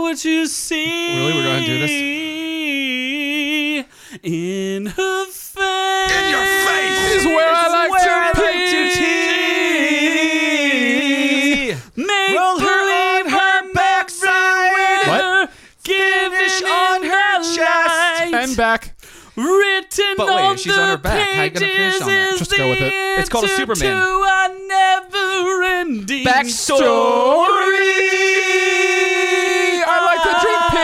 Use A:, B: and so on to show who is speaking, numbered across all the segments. A: what you see.
B: Really? We're gonna do
A: this? In her face.
C: In your face!
B: This is where I like
A: where I
B: to
A: like to
B: pee.
A: Make
B: Roll her
A: believe
B: on her
A: I'm
B: backside.
A: What? Givish on her chest.
B: And back.
A: Written
C: But wait,
A: on
C: if she's
A: the
C: on her back, how you gonna finish
A: pages
C: on that?
A: is
B: Just go with
A: the
B: it.
C: It's called a
A: answer
C: Superman.
A: to a never-ending
B: Backstory. I like to drink pee.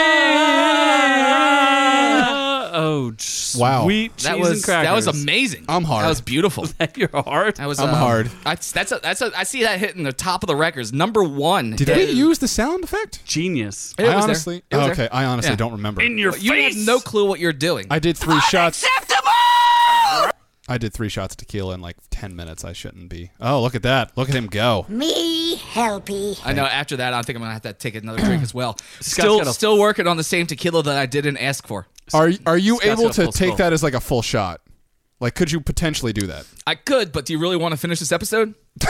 A: Oh, j-
B: Wow.
A: sweet cheese
C: That was
A: and crackers.
C: that was amazing.
B: I'm hard.
C: That was beautiful.
A: At your heart.
C: That was.
B: I'm
C: um,
B: hard.
C: I, that's a, that's a, I see that hitting the top of the records, number one.
B: Did we use the sound effect?
A: Genius.
C: It was
B: I
C: there.
B: honestly.
C: It
B: oh,
C: was there.
B: okay, I honestly
C: Yeah.
B: don't remember.
A: In your
C: You
A: face.
C: have no clue what you're doing.
B: I did three shots. I did three shots of tequila in like ten minutes. I shouldn't be. Oh, look at that! Look at him go.
D: Me helpy.
C: I know. After that, I think I'm gonna have to take another drink as well. still,
A: got a-
C: still working on the same tequila that I didn't ask for.
B: Are are you able
A: got a
B: to
A: full
B: take
A: skull.
B: that as like a full shot? Like, could you potentially do that?
C: I could, but do you really want to finish this episode?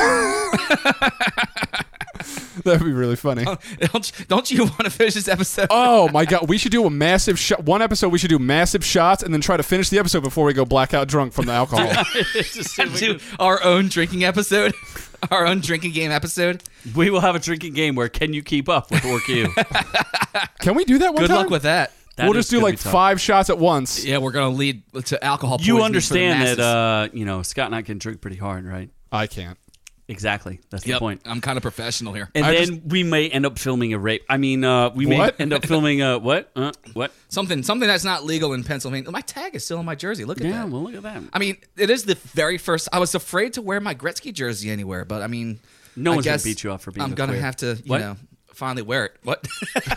B: That'd be really funny.
C: Don't, don't you want to finish this episode?
B: Oh my god, we should do a massive shot. One episode, we should do massive shots, and then try to finish the episode before we go blackout drunk from the alcohol.
C: Do our own drinking episode, our own drinking game episode.
A: We will have a drinking game where can you keep up with Orc You?
B: Can we do that one
C: Good
B: time?
C: luck with that.
A: That
B: we'll
A: is
B: just do
A: gonna be
B: like
A: tough.
B: five shots at once.
C: Yeah, we're gonna lead to alcohol.
A: You
C: poisoning
A: understand
C: for the
A: that,
C: masses.
A: uh, you know, Scott and I can drink pretty hard, right?
B: I can't.
A: Exactly. That's the
C: Yep,
A: point.
C: I'm kind of professional here.
A: And
B: I
A: then we may end up filming a rape. I mean, uh, we may
B: What?
A: end up filming a what? Uh, what?
C: something something that's not legal in Pennsylvania. My tag is still on my jersey. Look at
A: Yeah,
C: that.
A: well, look at that.
C: I mean, it is the very first. I was afraid to wear my Gretzky jersey anywhere, but I mean,
A: No
C: I
A: one's gonna
C: guess
A: beat you up for being
C: I'm
A: a
C: gonna
A: queer.
C: have to, you
A: What?
C: know, finally wear it. What?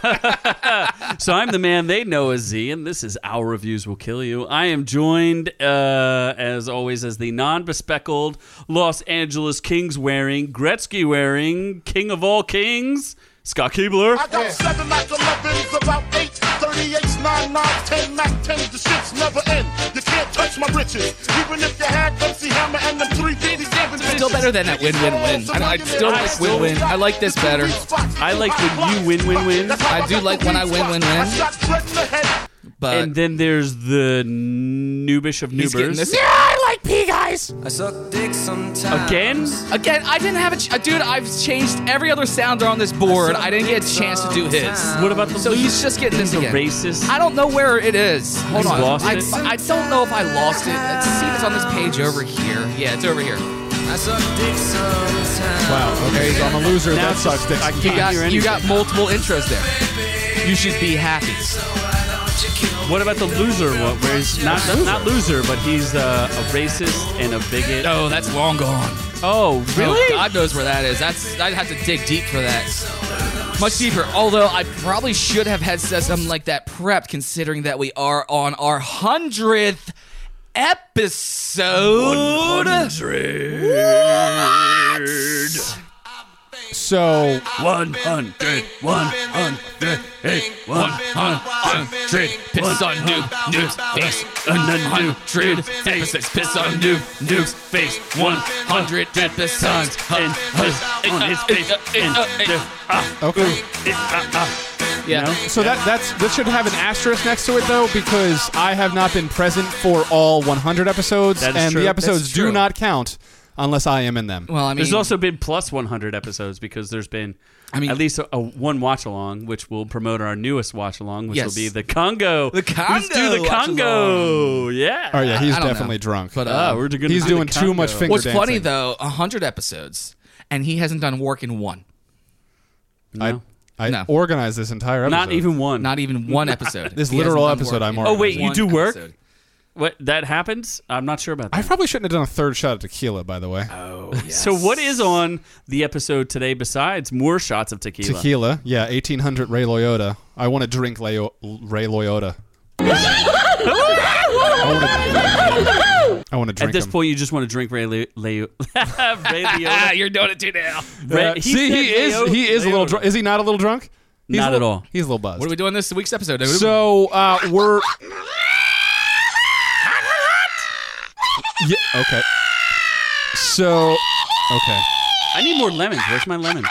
A: So I'm the man they know as Z, and this is Our Reviews Will Kill You. I am joined, uh, as always, as the non bespeckled Los Angeles Kings wearing, Gretzky wearing, King of all Kings, Scott Keebler.
E: I got seven like 11s, about eight, 38s, 9, 9, 10, 9, 10. The shits never end. You can't touch my riches. Even if you had MC Hammer and them 357
C: Still
E: bitches.
C: better than that win-win-win. I- I still like win-win. I like this better.
A: I like when you win-win-win.
C: I do like when I win-win-win.
E: I shot dread in the head.
C: But
A: and then there's the noobish of
C: he's getting
A: noobers.
C: this
F: I suck dick sometimes.
A: Again?
C: again. I didn't have a ch- dude. I've changed every other sounder on this board. I didn't get a chance to do his.
A: What about the
C: So
A: loser?
C: he's just getting this
A: He's a
C: again.
A: racist.
C: I don't know where it is. Hold
A: You
C: on.
A: lost
C: I,
A: it?
C: I don't know if I lost it. Let's see if it's on this page over here. Yeah, it's over here.
F: I suck dick sometimes.
B: Wow. Okay, so I'm a loser.
A: Now
B: That
A: it's
B: sucks.
A: just-
B: Dick.
A: I
C: You
A: can't- hear
C: got, you
A: anything.
C: got multiple intros there. You should be happy.
A: What about the loser one? Where he's not that's not loser, but he's uh, a racist and a bigot.
C: No, that's long gone.
A: Oh,
C: Oh,
A: really?
C: God knows where that is. That's I'd have to dig deep for that. Much deeper. Although I probably should have had said something like that prepped, considering that we are on our hundredth episode.
B: So
A: One hundred, one hundred, hey, one hundred,
C: Piss on noob, noob's face.
A: hundred,
C: Emphasis, piss on noob, noob's face.
A: one
C: Hundred episodes. Uh,
A: and his, on his face, and uh, there-
B: okay.
C: Yeah.
B: So that that's this should have an asterisk next to it though, because I have not been present for all 100 episodes,
A: That is
B: and
A: true.
B: the
A: That's
B: episodes do
C: true.
B: not count unless I am in them.
C: Well, I mean,
A: There's also been plus 100 episodes because there's been
C: I mean-
A: at least a, a one watch along, which will promote our newest watch along, which
C: Yes.
A: will be the Congo.
C: The
A: Let's do
C: Congo
A: the Congo. Yeah.
B: oh yeah, he's
C: I don't
B: definitely
C: know.
B: drunk.
C: But, uh,
A: Ah, we're gonna
B: he's
A: do the
B: doing too much
A: Congo.
B: finger
C: what's
B: dancing.
C: funny though, hundred episodes, and he hasn't done work in one.
B: I,
A: No.
B: I
C: No.
B: organized this entire episode.
A: Not even one.
C: Not even one episode.
B: This
C: He hasn't
B: literal
C: done
B: episode
C: work
B: I'm
C: in
B: already-
A: Oh wait, you
C: one
A: do work?
C: episode.
A: What that happens? I'm not sure about
B: I
A: that.
B: probably shouldn't have done a third shot of tequila, by the way.
A: So what is on the episode today besides more shots of tequila?
B: tequila, yeah, 1800 Ray Loyola. I want to drink Leo- Ray Loyola. I want to drink
A: At this
B: him.
A: point, you just want to drink Ray Le- Leo. Ray
C: Ah,
A: Liotta.
C: you're doing it too now.
A: Ray-
B: Uh, see,
A: said
B: he is
A: Leo-
B: he is a little
A: Leota.
B: drunk. Is he not a little drunk? He's
A: Not
B: a little-
A: at all.
B: He's a little buzzed.
C: What are we doing this week's episode? What are we-
B: so uh, we're. yeah. Okay. So. Okay.
A: I need more lemons. Where's my lemons?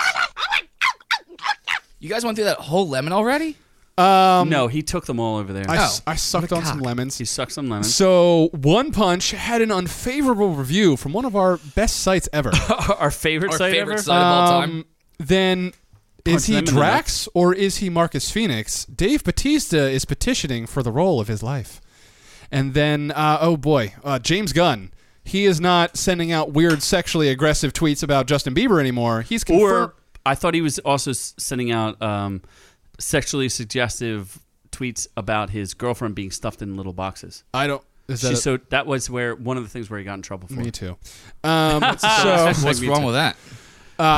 C: You guys went through that whole lemon already?
A: no, he took them all over there.
B: Um, I, s- I sucked on some lemons.
A: he sucked some lemons.
B: So One Punch had an unfavorable review from one of our best sites ever.
A: Our favorite
C: Our
A: site
C: favorite
A: ever?
C: site of all time.
B: Um, then
A: Punch
B: is
A: them
B: he
A: in the
B: Drax or is he Marcus Phoenix? Dave Batista is petitioning for the role of his life. And then, uh, oh boy, uh, James Gunn. He is not sending out weird sexually aggressive tweets about Justin Bieber anymore. He's confirmed.
A: Or I thought he was also s- sending out um, sexually suggestive tweets about his girlfriend being stuffed in little boxes.
B: I don't. Is that
A: She,
B: a-
A: so that was where one of the things where he got in trouble for.
B: me too. Um, so
C: What's wrong with that?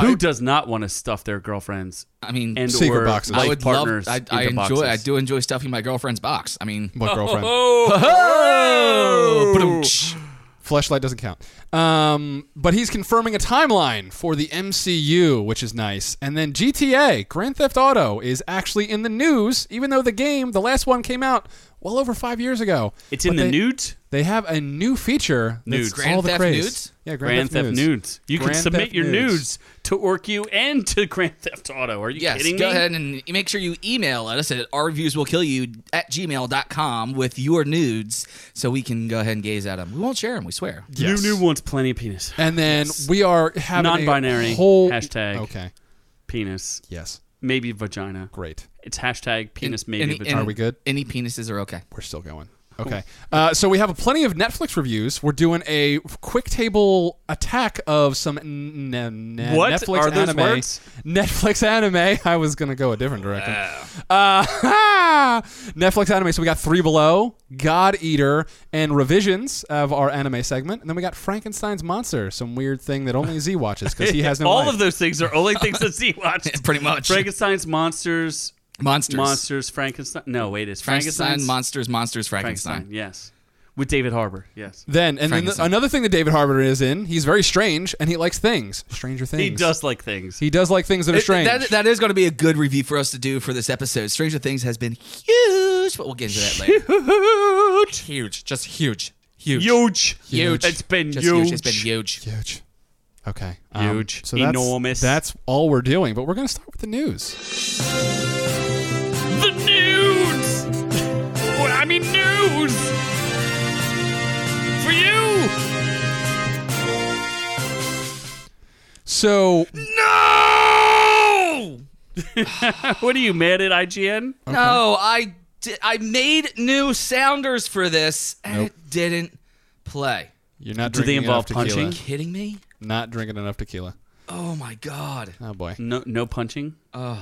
A: Who does not want to stuff their girlfriends
C: I mean,
A: and
B: Secret
A: or
B: boxes.
A: life
B: I
C: I would
A: partners?
C: love. I, I
A: into
C: enjoy.
A: Boxes.
C: I do enjoy stuffing my girlfriend's box. I mean,
B: my girlfriend.
C: "Oh,
A: Oh,
C: ba-dum-tsh.
B: Fleshlight doesn't count. Um, but he's confirming a timeline for the MCU, which is nice. And then GTA, Grand Theft Auto, is actually in the news, even though the game, the last one, came out well over five years ago.
A: It's in
B: But
A: the
B: they,
A: nudes.
B: They have a new feature.
A: Nudes.
B: that's all
C: Grand
B: the
C: Theft
B: craze.
C: Nudes?
B: Yeah, Grand,
A: Grand Theft Nudes. You can
B: Grand
A: submit
B: Theft
A: your
B: Nudes.
A: nudes to OrQ and to Grand Theft Auto. Are you
C: Yes,
A: kidding
C: go
A: me?
C: ahead and make sure you email us at ourviewswillkillyou at gmail.com with your nudes so we can go ahead and gaze at them. We won't share them, we swear.
B: Yes.
A: New new wants plenty of penis.
B: And then we are having
A: Non-binary
B: a whole
A: hashtag.
B: Okay.
A: Penis.
B: Yes.
A: Maybe vagina.
B: Great.
A: It's hashtag penis maybe
C: Any-
A: vagina.
B: Are we good?
C: Any penises are okay.
B: We're still going. Okay. Uh, so we have plenty of Netflix reviews. We're doing a quick table attack of some n- n- n-
A: What
B: Netflix
A: are those
B: anime.
A: words?
B: Netflix anime. I was going to go a different direction. Uh, Netflix anime. So we got Three Below, God Eater, and revisions of our anime segment. And then we got Frankenstein's Monster, some weird thing that only Z watches because he has no
A: All
B: life.
A: of those things are only things that Z watched.
C: Pretty much.
A: Frankenstein's monsters,
C: Monsters.
A: monsters, Frankenstein. No, wait, it's Frankenstein's
C: Frankenstein, monsters, monsters, Frankenstein.
A: Frankenstein. Yes, with David Harbour. Yes,
B: Then and then the-
C: Frankenstein.
B: another thing that David Harbour is in, he's very strange and he likes things. Stranger Things.
A: he does like things.
B: He does like things that are
C: It-
B: strange.
C: that- that is going to be a good review for us to do for this episode. Stranger Things has been huge, but we'll get into that later. Huge. Huge. Just huge. Huge.
A: huge,
C: Huge.
A: It's been
C: Just
A: huge.
C: It's been huge.
B: Huge. Okay. Um,
A: Huge.
B: so that's,
A: Enormous.
B: That's all we're doing, but we're going to start with the news.
A: The news. Well, I mean news for you.
B: So,
C: No!
A: What are you mad at IGN?
C: No, I di- I made new sounders for this and it didn't play.
B: you're not
A: Do they
B: drinking
A: involve
B: enough tequila.
A: punching?
C: Kidding me?
B: Not drinking enough tequila.
C: Oh my god.
B: Oh boy.
A: No, no punching.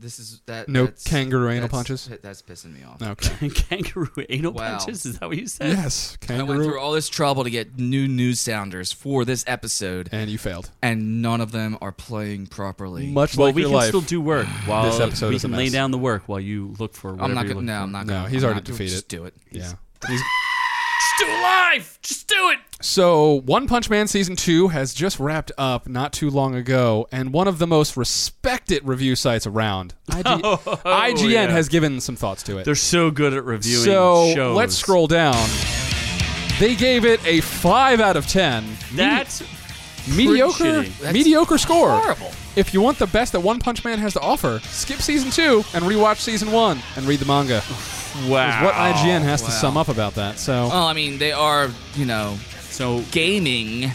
C: This is that
B: No
C: that's-
B: kangaroo anal
C: that's-
B: punches?
C: that- That's pissing me off.
B: Okay.
A: Kangaroo anal
C: Wow.
A: punches. Is that what you said?
B: yes.
C: I went through
B: Kangaroo.
C: all this trouble to get new news sounders for this episode
B: And you failed.
C: and none of them are playing properly.
B: Much
A: Well,
B: like
A: we
B: your
A: can
B: life.
A: still do work while
B: This episode
A: we
B: is a
A: can lay
B: mess.
A: down the work while you look for.
C: I'm not
A: going
C: gonna no, I'm not
B: No,
C: gonna
B: he's
C: I'm
B: already
C: not doing-
B: defeated.
C: Just do it.
B: yeah.
A: Just do it live. Just do it.
B: So, One Punch Man season two has just wrapped up not too long ago, and one of the most respected review sites around. IG- IGN
A: yeah.
B: has given some thoughts to it.
A: They're so good at reviewing
B: so
A: shows.
B: let's scroll down. They gave it a five out of ten.
A: That's
B: mediocre,
A: shitty.
C: That's
B: mediocre score.
C: horrible.
B: If you want the best that One Punch Man has to offer, skip season two and rewatch season one and read the manga.
A: wow.
B: what IGN has
C: wow.
B: to sum up about that. So
C: Well, I mean, they are, you know,
A: so
C: gaming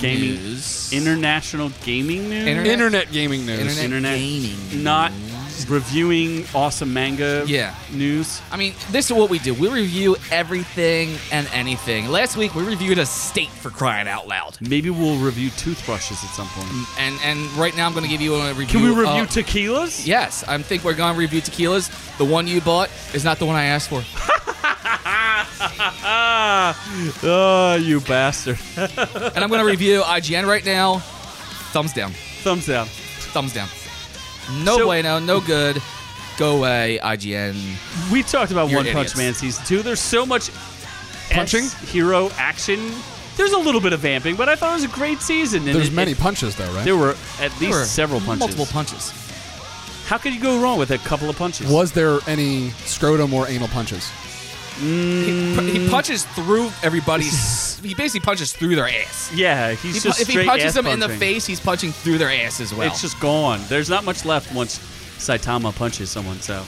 A: gaming,
C: news.
A: international gaming news,
C: Inter-
B: internet gaming news.
C: Internet-
A: Internet
C: gaming
A: not reviewing awesome manga.
C: Yeah.
A: news.
C: I mean, this is what we do. We review everything and anything. Last week we reviewed a state for crying out loud.
A: Maybe we'll review toothbrushes at some point.
C: And and right now I'm going to give Mm, you uh, a review.
A: Can we review
C: of-
A: tequilas?
C: Yes, I think we're going to review tequilas. The one you bought is not the one I asked for.
A: Ah, oh, you bastard!
C: And I'm going to review IGN right now. Thumbs down.
A: Thumbs down.
C: Thumbs down. No
A: So-
C: bueno, no good. Go away, IGN.
A: We talked about
C: You're
A: One Punch
C: idiots.
A: Man season two. There's so much
B: Punching?
A: S hero action. There's a little bit of vamping, but I thought it was a great season. And
B: There's
A: it-
B: many
A: it-
B: punches though, right?
A: there were at least
C: There were
A: several punches.
C: Multiple punches.
A: How could you go wrong with a couple of punches?
B: Was there any scrotum or anal punches?
C: He, pu- he punches through everybody's. he basically punches through their ass.
A: Yeah, he's
C: He pu-
A: just
C: if he
A: straight
C: punches
A: ass
C: them in the
A: punching.
C: face, he's punching through their ass as well.
A: It's just gone. There's not much left once Saitama punches someone. So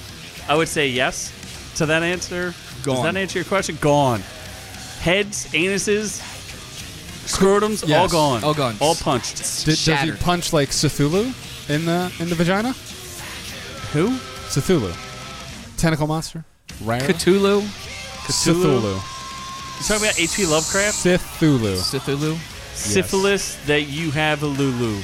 A: I would say yes to that answer.
B: Gone.
A: Does that answer your question? Gone. Heads, anuses, scrotums, all
B: Yes.
A: gone.
C: All gone.
A: All punched.
B: Did, does he
C: Shattered.
B: punch like Cthulhu in the in the vagina?
A: Who?
B: Cthulhu, tentacle monster. Rare.
C: Cthulhu?
B: Cthulhu.
A: You talking about H.P. Lovecraft?
B: Cthulhu.
C: Cthulhu?
A: Syphilis that you have a Lulu.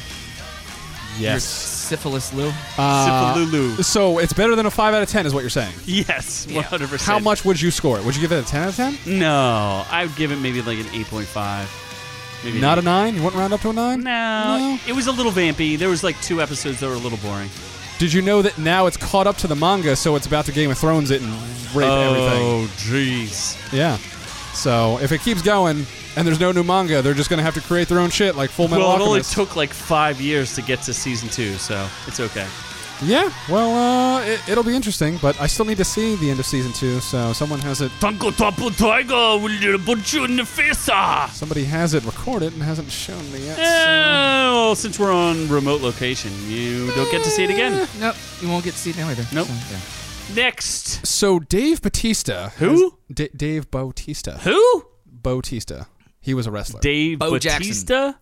B: Yes.
C: Syphilis Lou?
B: Uh,
A: Syphilulu.
B: So it's better than a five out of ten, is what you're saying.
A: Yes, 100%.
B: How much would you score? it? Would you give it a ten out of ten?
A: No, I would give it maybe like an 8.5. Maybe
B: Not a
A: an
B: nine. You wouldn't round up to a nine.
A: No, it was a little vampy. There was like two episodes that were a little boring.
B: Did you know that now it's caught up to the manga, so it's about to Game of Thrones it and rape
A: Oh.
B: everything?
A: jeez.
B: Yeah. So if it keeps going and there's no new manga, they're just gonna have to create their own shit like Full Metal
A: Well, it only
B: Alchemist.
A: took like five years to get to season two, so it's okay.
B: yeah. Well, uh, it, it'll be interesting, but I still need to see the end of season two. So someone has it.
A: Tango Tapu Tiger will put you in the face. ah!
B: Somebody has it recorded and hasn't shown me yet. so-
A: Eh, Well, since we're on remote location, you don't get to see it again.
C: Nope, you won't get to see it now either.
A: Nope.
C: So, yeah.
A: Next,
B: So Dave Batista.
A: Who?
B: has- D- Dave Bautista.
A: who?
B: Bautista. He was a wrestler.
A: Dave
C: Bo Jackson.
A: Batista,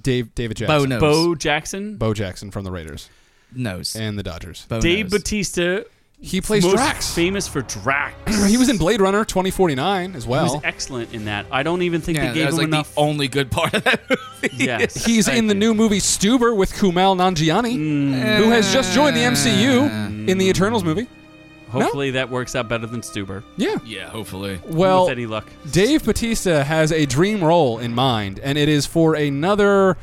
B: Dave David Jackson.
C: Bo knows.
A: Bo Jackson,
B: Bo Jackson from the Raiders
C: knows.
B: and the Dodgers.
C: Bo
A: Dave
C: knows.
A: Batista,
B: He plays
A: most
B: Drax.
A: famous for Drax.
B: He was in Blade Runner 2049 as
A: He
B: well.
A: was excellent in that. I don't even think
C: Yeah,
A: they gave
C: that was
A: him
C: like
A: enough.
C: the only good part of that movie.
A: yes,
B: He's in the
A: new.
B: new movie Stuber with Kumail Nanjiani, who has just joined the MCU in the Eternals movie.
A: Hopefully that works out better than Stuber.
B: Yeah.
C: Yeah, hopefully.
B: Well,
A: with any luck.
B: Dave Batista has a dream role in mind, and it is for another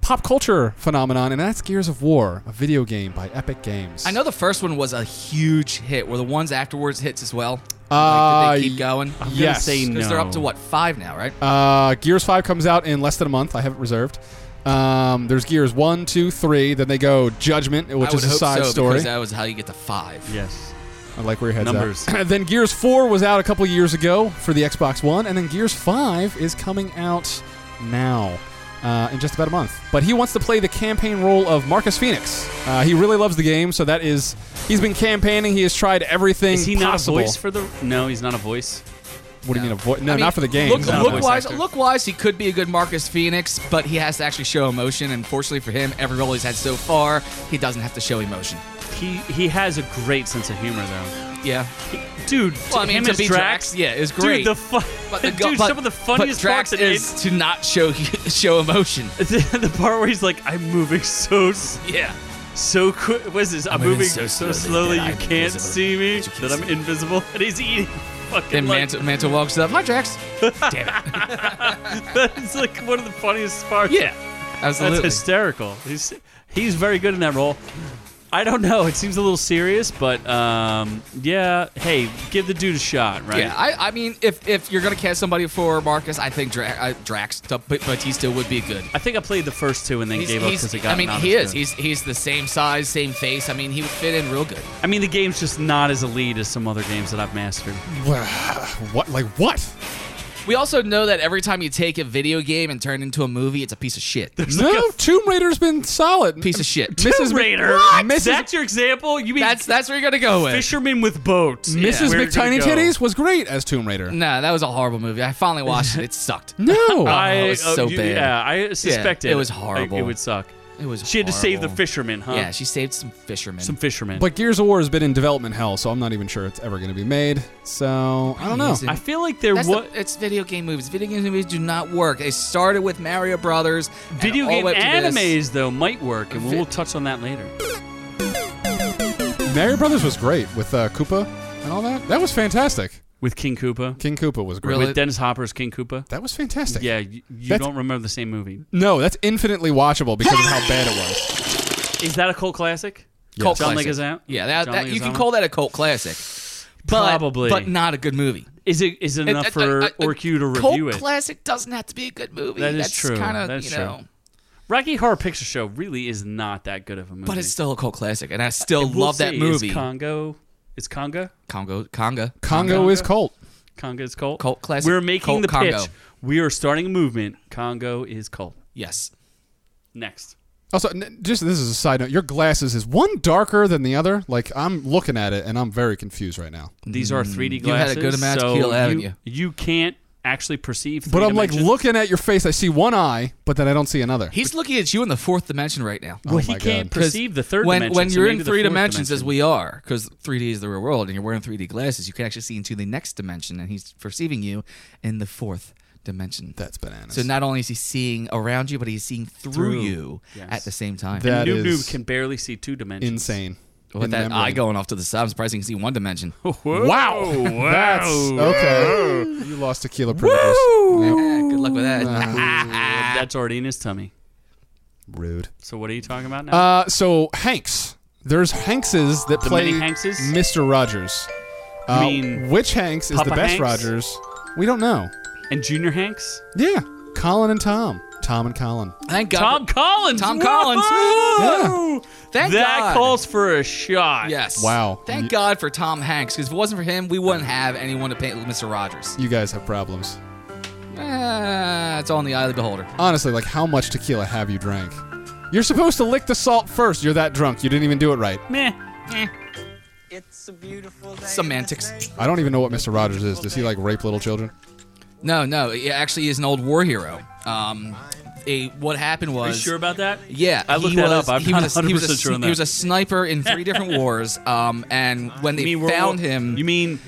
B: pop culture phenomenon, and that's Gears of War, a video game by Epic Games.
C: I know the first one was a huge hit. Were the ones afterwards hits as well?
B: Uh,
C: like, did they
B: y-
C: keep going?
A: I'm
C: Because
A: gonna
B: Yes.
A: say no.
C: they're up to what five now, right?
B: Uh, Gears 5 comes out in less than a month. I have it reserved. Um, there's Gears 1, 2, 3. Then they go Judgment,
C: I
B: which
C: would
B: is a
C: hope
B: side
C: so,
B: story.
C: because that was how you get to five.
A: Yes.
B: I like where your head's
A: Numbers.
B: at. then Gears 4 was out a couple years ago for the Xbox One. And then Gears 5 is coming out now. Uh, in just about a month, but he wants to play the campaign role of Marcus Phoenix. Uh, he really loves the game, so that is he's been campaigning. He has tried everything
A: Is he
B: possible.
A: not a voice for the? No, he's not a voice.
B: what do you mean a voice? No,
C: I mean,
B: not for the game.
C: Look,
A: He's not a
C: look
A: voice
C: wise,
A: actor.
C: look wise, he could be a good Marcus Phoenix, but he has to actually show emotion. And fortunately for him, every role he's had so far, he doesn't have to show emotion.
A: He he has a great sense of humor though.
C: Yeah,
A: Dude,
C: Well, I mean,
A: him
C: to
A: as
C: be
A: Drax,
C: Drax, yeah, is
A: Dude,
C: great.
A: the fun,
C: but the
A: dude,
C: go- but-
A: some of the funniest
C: but Drax
A: parts
C: is to not show show emotion.
A: in it, the part where he's like, "I'm moving so s-
C: Yeah,
A: so quick." What is this? I'm,
C: moving
A: moving
C: so
A: so
C: slowly
A: slowly,
C: that
A: you
C: I'm
A: can't
C: invisible,
A: see me,
C: but you can
A: that I'm
C: see me.
A: invisible, and he's eating
C: then
A: fucking like
C: Manta, Manta walks up. My Drax. Damn it.
A: that's like one of the funniest parts.
C: Absolutely.
A: That's hysterical. He's he's very good in that role. I don't know. It seems a little serious, but um, yeah. Hey, give the dude a shot, right?
C: Yeah, I, I mean, if if you're gonna cast somebody for Marcus, I think Dra- uh, Drax T- B- Batista would be good.
A: I think I played the first two and then
C: He's,
A: gave up
C: he's-
A: because it got.
C: I mean,
A: not
C: he
A: as
C: is.
A: good.
C: He's he's the same size, same face. I mean, he would fit in real good.
A: I mean, the game's just not as elite as some other games that I've mastered.
B: what? Like what?
C: We also know that every time you take a video game and turn it into a movie, it's a piece of shit.
B: No, Tomb Raider's been solid.
C: piece of shit.
B: Mrs.
A: Tomb Raider.
B: What? Mrs.
A: That's your example. You mean
C: That's that's where you're gonna go with.
A: fisherman with boat?
B: Mrs.
A: Where you gonna
B: McTiny
A: go?
B: Titties was great as Tomb Raider.
C: Nah, that was a horrible movie. I finally watched it. It sucked.
B: No,
A: I
C: it Oh, was so
A: you-
C: bad.
A: Yeah, I suspected
C: it was
A: Like,
C: horrible.
A: it would suck.
C: It was.
A: She had to save the
C: horrible.
A: fisherman, huh?
C: Yeah, she saved some fishermen.
A: some fishermen.
B: but Gears of War has been in development hell, so I'm not even sure it's ever going to be made. So I don't know.
C: Amazing.
A: I feel like there
C: That's
A: was.
C: the, it's video game movies. Video game movies do not work. They started with Mario Brothers. and
A: Video
C: all
A: game
C: the way up to
A: animes,
C: this.
A: though, might work, and
C: Vi-
A: we'll touch on that later.
B: Mario Brothers was great with uh, Koopa and all that. That was fantastic.
A: With King Koopa.
B: King Koopa was great.
C: Really?
A: With Dennis Hopper's King Koopa.
B: That was fantastic.
A: Yeah, you, you
B: That's-
A: don't remember the same movie.
B: No, that's infinitely watchable because of how bad it was.
A: Is that a cult classic?
C: Cult
A: John
C: classic.
A: Leguizamo?
C: Yeah, that,
A: John
C: that- you can
A: Leguizamo?
C: call that a cult classic. But,
A: Probably.
C: but not a good movie.
A: Is it is it enough
C: A- a-
A: for
C: a- a
A: Orcu to
C: cult
A: review it?
C: classic doesn't have to be a good movie.
A: That is
C: That's
A: true.
C: Kind
A: That
C: of,
A: is
C: you
A: true.
C: know,
A: Rocky Horror Picture Show really is not that good of a movie.
C: but it's still a cult classic, and I still
A: We'll
C: love that
A: see.
C: movie.
A: Is Congo? Is Conga?
C: Congo, Conga,
B: Congo, is cult.
A: Conga is cult.
C: Cult classic.
A: We're making
C: Cult
A: the
C: Congo.
A: pitch. We are starting a movement. Congo is cult.
C: Yes.
A: Next.
B: Also, n- just this is a side note. Your glasses is one darker than the other. Like I'm looking at it and I'm very confused right now.
A: These are 3D
C: Mm. You had
A: glasses.
C: a good amount of
A: so
C: Keel,
A: you-
C: haven't
A: you,
C: you?
A: can't actually perceive.
B: But
A: three
B: I'm like
A: dimensions.
B: looking at your face. I see one eye, but then I don't see another.
C: He's looking at you in the fourth dimension right now.
A: Well, he
B: my
A: can't
B: God.
A: perceive the third
C: Oh when,
A: dimension.
C: When
A: so
C: you're
A: maybe
C: in
A: the
C: three
A: fourth
C: dimensions, as
A: dimension.
C: we are, because 3D is the real world, and you're wearing 3D glasses, you can actually see into the next dimension, and he's perceiving you in the fourth dimension.
B: That's bananas.
C: so not only is he seeing around you, but he's seeing through,
A: Through.
C: you
A: Yes.
C: at the same time.
B: That-
A: Noob
B: is
A: Noob can barely see two dimensions.
B: insane.
C: With
B: In the
C: that
B: membrane.
C: eye going off to the side, I'm surprised he can see one dimension.
A: Whoa,
B: Wow.
A: wow.
B: That's okay. You lost tequila privileges.
C: Yeah, good luck with that.
A: That's already in his tummy.
B: Rude.
A: So what are you talking about now?
B: Uh, so Hanks. There's Hankses that
A: The
B: play
A: mini Hankses?
B: Mr. Rogers. Uh,
A: mean
B: which Hanks is the
A: Papa
B: best
A: Hanks?
B: Rogers? We don't know.
A: and Junior Hanks,
B: Yeah, Colin and Tom. Tom and Colin.
C: Thank God.
A: Tom Collins,
C: Tom
A: Whoa!
C: Collins.
A: Oh!
B: Yeah.
C: Thank
A: that
C: God.
A: calls for a shot.
C: Yes.
B: Wow.
C: Thank
B: You-
C: God for Tom Hanks, because if it wasn't for him, we wouldn't have anyone to paint Mr. Rogers.
B: You guys have problems.
A: Hmm.
C: Ah, it's all in the eye of the beholder.
B: Honestly, like how much tequila have you drank? You're supposed to lick the salt first. You're that drunk. You didn't even do it right.
A: Meh. Eh.
C: Semantics.
B: I don't even know what Mr. Rogers is. Does he like rape little children?
C: No, no. It actually is an old war hero. Um, a, what happened
A: Are you
C: was.
A: sure about that?
C: Yeah,
A: I
C: he
A: looked that
C: was-
A: up. I'm
C: he
A: not
C: was a-
A: 100
C: he was a
A: percent sure on that.
C: He was a sniper in three different wars, um, and when they
A: You mean World
C: found
A: War-
C: him,
A: You mean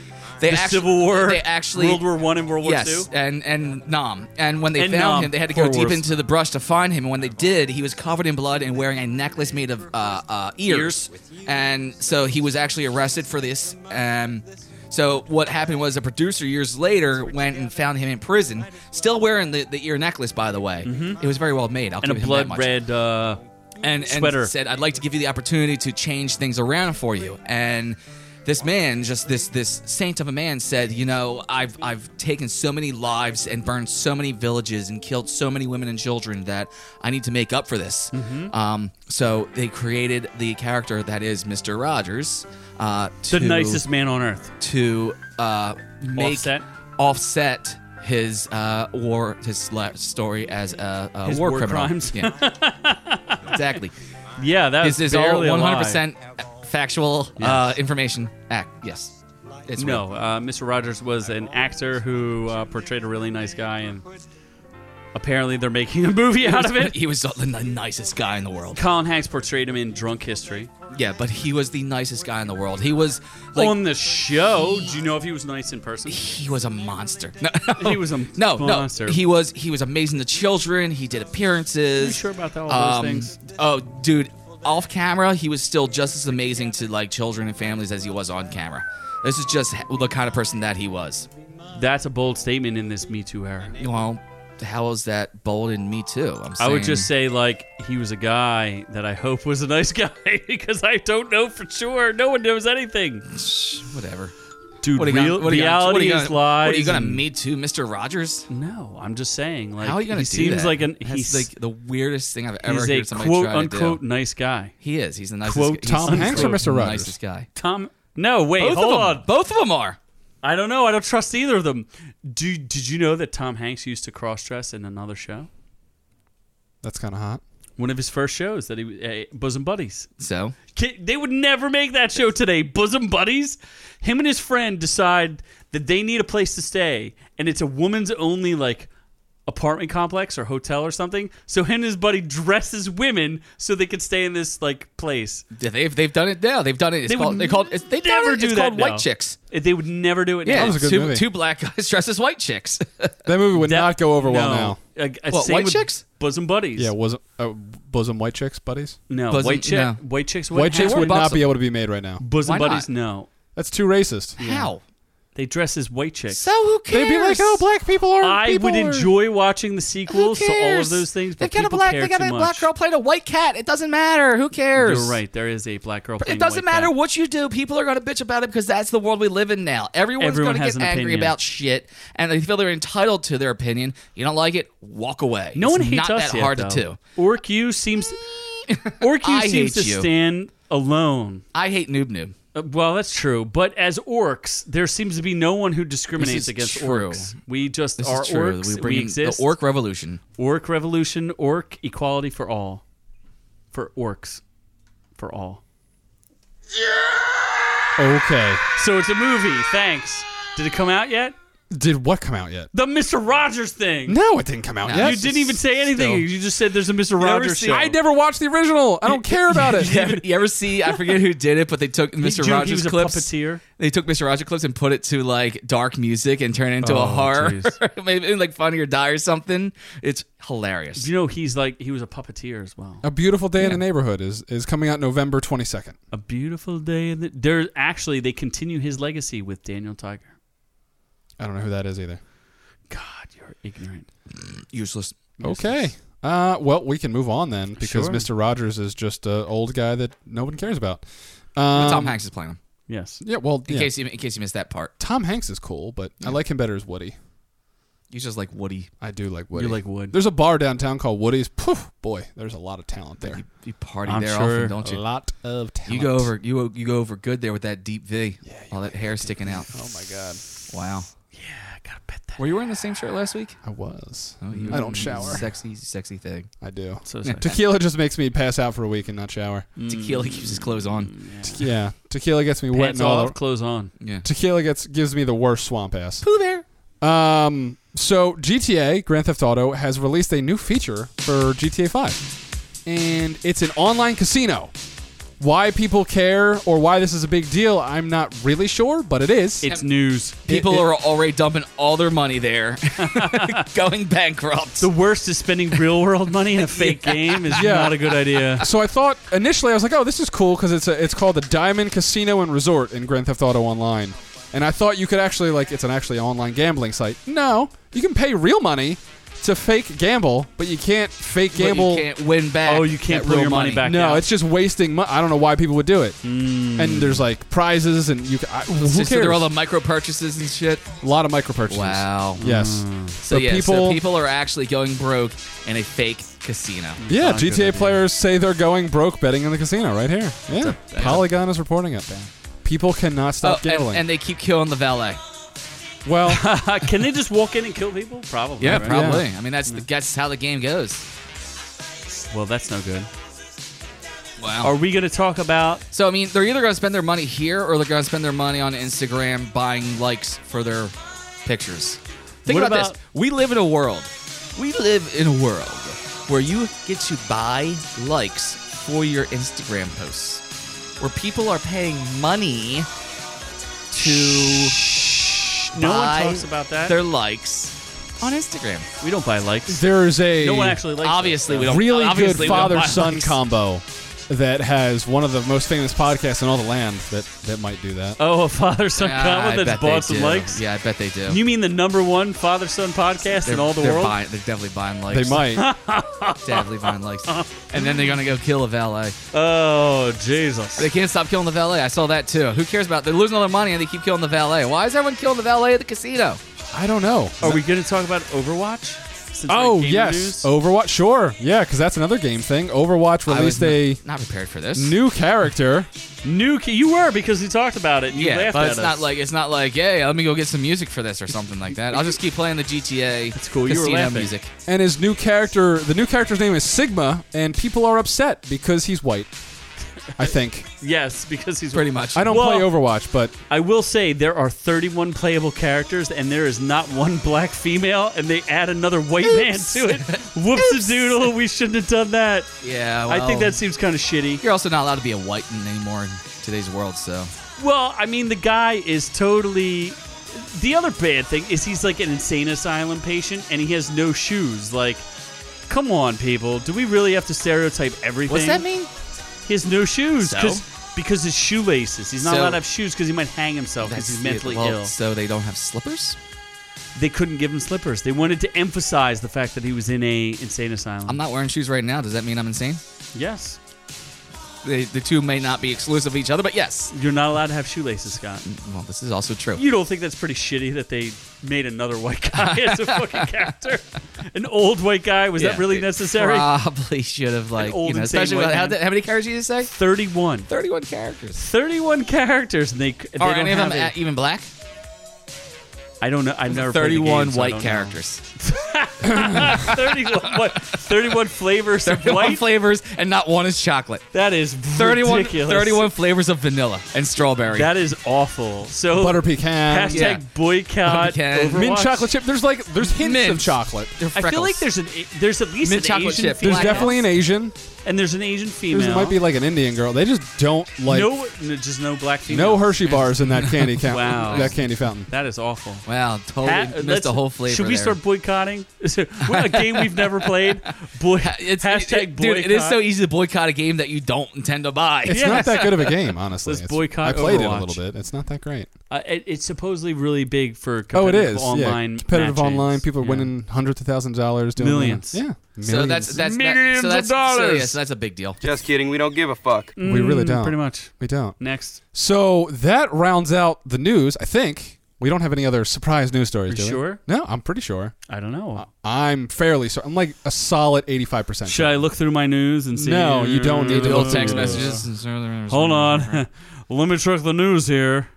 C: they
A: the
C: actu-
A: Civil War?
C: They actually
A: World War One and World War
C: yes,
A: Two.
C: and and Nam. And when they
A: And
C: found
A: Nam.
C: him, they had to
A: Poor
C: go deep
A: Wolf.
C: into the brush to find him. And when they did, he was covered in blood and wearing a necklace made of uh, uh, ears. And so he was actually arrested for this. Um, so what happened was a producer years later went and found him in prison, still wearing the, the ear necklace. By the way, it was very well made. I'll
A: Mm-hmm. and a
C: give him that
A: blood
C: much
A: red. Uh,
C: and, and
A: Sweater.
C: said, "I'd like to give you the opportunity to change things around for you." And this man, just this this saint of a man, said, "You know, I've I've taken so many lives and burned so many villages and killed so many women and children that I need to make up for this."
A: Mm-hmm.
C: Um, so they created the character that is Mister Rogers. Uh,
A: the
C: to,
A: nicest man on earth.
C: to uh, make
A: Offset?
C: offset his uh, war his la- story as a, a
A: His
C: war,
A: war
C: criminal.
A: crimes.
C: Yeah. exactly.
A: Yeah, that
C: This
A: was
C: is all
A: barely a lie.
C: 100% factual uh, information. Act. Yes. It's
A: No, uh, Mr. Rogers was an actor who uh, portrayed a really nice guy, and apparently they're making a movie out
C: real.
A: of it.
C: He was the the nicest guy in the world.
A: Colin Hanks portrayed him in Drunk History
C: Yeah, but he was the nicest guy in the world. He was like
A: on the show. Do you know if he was nice in person?
C: he was a monster. No,
A: He was a
C: no,
A: monster.
C: no. He was he was amazing to children. He did appearances.
A: You sure about that- all those things?
C: Oh, dude, off camera he was still just as amazing to like children and families as he was on camera. This is just the kind of person that he was.
A: That's a bold statement in this Me Too era.
C: Well, how is that bold in me too? I'm
A: I would
C: saying-
A: just say like he was a guy that I hope was a nice guy because I don't know for sure. No one knows anything.
C: whatever.
A: Dude,
C: What are you
A: real,
C: gonna, what are you gonna- what are
A: reality
C: you
A: is
C: gonna,
A: lies.
C: What are you gonna
A: and-
C: me too, Mr. Rogers?
A: No, I'm just saying. Like,
C: How are you gonna
A: he
C: do
A: seems
C: that?
A: like an
C: That's
A: he's
C: like the weirdest thing I've ever
A: he's a
C: heard somebody
A: quote
C: try
A: unquote
C: to do.
A: nice guy.
C: He is. He's the nicest.
B: Quote
C: guy.
B: Tom
C: he's
B: Hanks or
C: the
B: Mr. Rogers?
C: Nicest guy.
A: Tom, no, wait,
C: Both
A: hold
C: of them.
A: on.
C: Both of them are.
A: I don't know. I don't trust either of them. Do did you know that Tom Hanks used to cross dress in another show?
B: That's kind of hot.
A: One of his first shows that he uh, bosom buddies.
C: So
A: Ki- They would never make that show today. Bosom buddies. Him and his friend decide that they need a place to stay, and it's a woman's only like apartment complex or hotel or something. So him and his buddy dresses women so they could stay in this like place.
C: they've they've done it now. They've done it. It's
A: They would
C: called. They called. It's, they've
A: never
C: done it.
A: do
C: it's
A: that
C: called White
A: now.
C: Chicks.
A: It- They would never do it.
C: Yeah,
A: now.
B: was a good
C: two,
B: movie.
C: two black guys dressed as white chicks.
B: That movie would
A: That-
B: not go over well
A: no.
B: now.
A: Uh, uh,
C: What,
A: same
C: white
A: with
C: chicks?
A: bosom buddies.
B: Yeah, was uh, bosom white chicks buddies?
A: no,
C: bosom-
A: white chick,
C: no.
A: white chicks,
B: White chicks
C: were
B: would not
C: bosom-
B: be able to be made right now.
A: bosom
C: Why not?
A: buddies. No,
B: That's too racist.
C: How?
A: they dress as white chicks.
C: So who cares?
B: They'd be like, "Oh, black people are."
A: I
B: people
A: would
B: are-
A: enjoy watching the
C: Who
A: sequels
C: cares?
A: to all of those things, but
C: They've got a
A: people
C: black.
A: care
C: They got
A: too
C: a
A: much.
C: black girl playing a white cat. It doesn't matter. Who cares?
A: You're right. There is a black girl.
C: But
A: playing
C: it doesn't
A: white
C: matter
A: Bat.
C: what you do. People are going to bitch about it because that's the world we live in now. Everyone's
A: Everyone
C: going to
A: has
C: get
A: an
C: angry
A: opinion.
C: about shit, and they feel they're entitled to their opinion. You don't like it, walk away.
A: No
C: it's
A: one hates
C: not
A: us
C: that
A: yet,
C: hard
A: though.
C: to do.
A: Orc U seems. Orc U
C: I
A: seems to
C: hate you.
A: stand alone.
C: I hate noob noob.
A: Uh, well, that's true. But as orcs, there seems to be no one who
C: This
A: discriminates
C: is
A: against
C: true.
A: orcs. We just
C: This
A: are
C: is true.
A: orcs.
C: we bring in
A: exist.
C: the orc revolution.
A: Orc revolution. Orc equality for all. for orcs, for all.
B: Okay.
A: So it's a movie. Thanks. Did it come out yet?
B: Did what come out yet?
A: The Mr. Rogers thing.
B: No, it didn't come out yet.
A: you didn't even say anything.
C: still-
A: You just said there's a Mr. Rogers
C: seen-
A: show.
B: I never watched the original. I don't care about it.
C: You ever, you ever see? I forget who did it, but they took Mr.
A: Dude, he
C: Rogers
A: was a
C: clips.
A: puppeteer.
C: They took Mr. Rogers clips and put it to like dark music and turn it into
A: Oh,
C: a horror,
A: jeez.
C: maybe like Funny or Die or something. It's hilarious.
A: Do you know he's like he was a puppeteer as well?
B: A Beautiful Day in the Neighborhood is, is coming out November 22nd.
A: A beautiful day in the. There actually they continue his legacy with Daniel Tiger.
B: I don't know who that is either.
A: God, you're ignorant.
C: Useless.
B: Okay. Uh, well, we can move on then because
A: Sure.
B: Mr. Rogers is just an old guy that no one cares about. Um,
C: Tom Hanks is playing him.
A: Yes.
B: Yeah, well,
C: In
B: yeah.
C: case you, in case you missed that part,
B: Tom Hanks is cool, but I like him better as Woody.
C: he's just like Woody.
B: I do like Woody.
A: like Wood.
B: There's a bar downtown called Woody's. Poof, boy, there's a lot of talent there.
C: You party
A: I'm
C: there
A: sure
C: often, don't
B: A
C: you?
B: lot of talent.
C: You go over you you go over good there with that deep V. all that hair sticking out.
B: Oh my god,
C: Wow.
A: I gotta bet that.
C: Were you wearing the same shirt last week?
B: I was.
C: Oh, you-
B: I don't shower.
C: Sexy, sexy thing.
B: I do.
A: So sorry.
B: Tequila just makes me pass out for a week and not shower.
C: Tequila keeps his clothes
B: Mm,
C: on.
B: Yeah, tequila gets me wet
A: Pants
B: and all.
A: off,
B: over-
A: clothes on.
C: Yeah.
B: Tequila gets gives me the worst swamp ass.
C: Pooh Bear.
B: Um, so GTA Grand Theft Auto has released a new feature for GTA 5, and it's an online casino. Why people care or why this is a big deal, I'm not really sure, but it is.
A: It's news.
C: People
B: It- it-
C: are already dumping all their money there, going bankrupt.
A: The worst is spending real world money in a fake game is
B: Yeah.
A: not a good idea.
B: so I thought initially I was like, oh, this is cool because it's a, it's called the Diamond Casino and Resort in Grand Theft Auto Online, and I thought you could actually like it's an actually online gambling site. No, you can pay real money to fake gamble, but you can't fake
C: But
B: gamble.
C: you can't win back.
A: Oh, you can't
C: that
A: pull
C: real
A: your money back.
B: No,
A: out.
B: it's just wasting money. I don't know why people would do it. And there's like prizes, and you. ca- I, who
C: Hmm. So
B: cares?
C: there are all the micro purchases and shit.
B: a lot of micro purchases.
C: Wow. Hmm.
B: Yes.
C: So
B: But
C: yeah,
B: people-
C: so people are actually going broke in a fake casino.
B: Yeah,
A: Not a good
B: GTA
A: idea.
B: players say they're going broke betting in the casino right here. Yeah,
C: a-
B: Polygon is reporting it. People cannot
C: Oh,
B: stop
C: and,
B: gambling.
C: and they keep killing the valet.
B: well,
A: Uh, can they just walk in and kill people? Probably.
C: Yeah,
A: right?
C: probably. I mean, that's the, that's how the game goes.
A: Well, that's no good.
C: Wow.
A: Are we going to talk about
C: so I mean, they're either going to spend their money here or they're going to spend their money on Instagram buying likes for their pictures. Think
A: What
C: about,
A: about-
C: this. We live in a world. We live in a world where you get to buy likes for your Instagram posts. Where people are paying money to
A: No one
C: buy
A: talks about that.
C: Their likes on Instagram.
A: we don't buy likes.
B: there is a
A: No one actually likes.
C: Obviously,
A: it.
C: we don't.
B: really
C: obviously
B: good
C: we don't buy
B: father-son
C: likes.
B: combo that has one of the most famous podcasts in all the land that that might do that.
A: Oh, a father son
C: Ah, I
A: combo
C: bet
A: that's
C: they
A: bought some
C: do.
A: likes.
C: Yeah, I bet they do.
A: You mean the number one father son podcast
C: they're,
A: in all the
C: they're
A: world?
C: Buying, they're definitely buying likes.
B: they might.
C: Definitely buying likes. And then they're gonna go kill the valet.
A: Oh Jesus!
C: They can't stop killing the valet. I saw that too. Who cares about? They're losing all their money and they keep killing the valet. Why is everyone killing the valet at the casino?
B: I don't know.
A: Are we going to talk about Overwatch? Since we're
B: Oh
A: in gamer
B: yes,
A: news?
B: Overwatch. Sure, yeah, because that's another game thing. Overwatch
C: I was
B: released a
C: not, not prepared for this.
B: new character.
A: new. ca- You were because we talked about it. And you
C: yeah,
A: laughed
C: but
A: at
C: it's
A: us.
C: not like it's not like hey, let me go get some music for this or something like that. I'll just keep playing the GTA.
A: That's cool. You were
C: Casino
A: laughing.
C: music.
B: and his new character the new character's name is sigma and people are upset because he's white i think
A: yes, because he's
C: Pretty much.
B: i don't
A: Well-
B: play overwatch but
A: I will say there are 31 playable characters, and there is not one black female, and they add another white man to it. Whoops a doodle, we shouldn't have done that.
C: Yeah.
A: I think
C: well-
A: that seems kind of shitty.
C: You're also not allowed to be a white anymore in today's world, so
A: Well, I mean, the guy is totally. The other bad thing is he's like an insane asylum patient, and he has no shoes. Like, come on, people, do we really have to stereotype everything?
C: what's that mean?
A: He has no shoes
C: So?
A: 'cause- because his shoelaces. He's not
C: So-
A: allowed to have shoes because he might hang himself because he's mentally
C: well,
A: ill.
C: So they don't have slippers.
A: they couldn't give him slippers. They wanted to emphasize the fact that he was in a insane asylum.
C: I'm not wearing shoes right now. Does that mean I'm insane?
A: yes,
C: They, the two may not be exclusive of each other, but yes.
A: you're not allowed to have shoelaces, Scott.
C: Well, this is also true.
A: You don't think that's pretty shitty that they made another white guy as a fucking character, an old white guy? Was that
C: Yeah.
A: really
C: It
A: necessary?
C: Probably should have like
A: old
C: you know,
A: insane
C: especially
A: white
C: with- how,
A: man.
C: how many characters did you say?
A: 31.
C: Thirty-one characters.
A: 31 characters, and they, they
C: Are
A: don't
C: any of
A: have
C: them
A: a-
C: a- even black?
A: I don't know. I've never played the
C: Thirty-one
A: game, so I
C: white
A: don't know.
C: characters.
A: 31, what, 31 flavors of
C: 31
A: white?
C: flavors and not one is chocolate.
A: that is
C: 31,
A: ridiculous.
C: 31 flavors of vanilla and strawberry.
A: That is awful. So
B: Butter pecan,
A: oh, hashtag
C: yeah.
A: boycott
C: Pecan.
A: Overwatch.
B: mint chocolate chip. There's like there's hints of
C: Mint.
B: chocolate.
C: They're
A: I feel
C: freckles.
A: like there's an there's at least
C: Mint
A: an
C: chocolate
A: Asian
C: chip.
A: female
B: There's definitely an Asian.
A: and there's an Asian female.
B: There's, might be like an Indian girl. They just don't like no,
A: no, no, just no black female.
B: Hershey bars in that candy count,
A: Wow.
B: that candy fountain.
A: That is awful.
C: Wow,
B: Oh,
C: totally
A: Pat-
C: missed
A: let's-
C: the whole flavor.
A: Should we
C: there.
A: start boycotting? Is it what, a game we've never played? Boy,
C: It's,
A: hashtag
C: it, it, dude, it is
B: e-
C: so easy to boycott a game that you don't intend to buy.
B: It's not that good of a game, honestly.
A: Let's
B: It's-
A: boycott
B: I played
A: Overwatch.
B: it a little bit. It's not that great.
A: Uh, it, it's supposedly really big for
B: Oh, it
A: competitive
B: is.
A: online.
B: yeah. competitive
A: match
B: online.
A: games.
B: People are
A: Yeah.
B: winning hundreds of thousands of dollars. Doing
A: Millions.
B: Yeah.
C: So
B: millions.
C: that's that's
A: Millions
C: that, so
A: of
C: that's, So, yeah,
A: dollars.
C: so that's a big deal.
G: Just kidding. We don't give a fuck.
B: we really
A: Mm,
B: don't.
A: Pretty much.
B: We don't.
A: Next,
B: So that rounds out the news. I think we don't have any other surprise news stories.
A: You
B: do we?
A: sure?
B: No, I'm pretty sure.
A: I don't
B: Uh,
A: know.
B: I'm fairly sure. I'm like a solid 85 percent.
A: Should I look through my news and see?
B: No, you don't need to
C: The old
B: look Uh,
C: text
B: uh,
C: messages.
A: Hold on. Let me check the news here.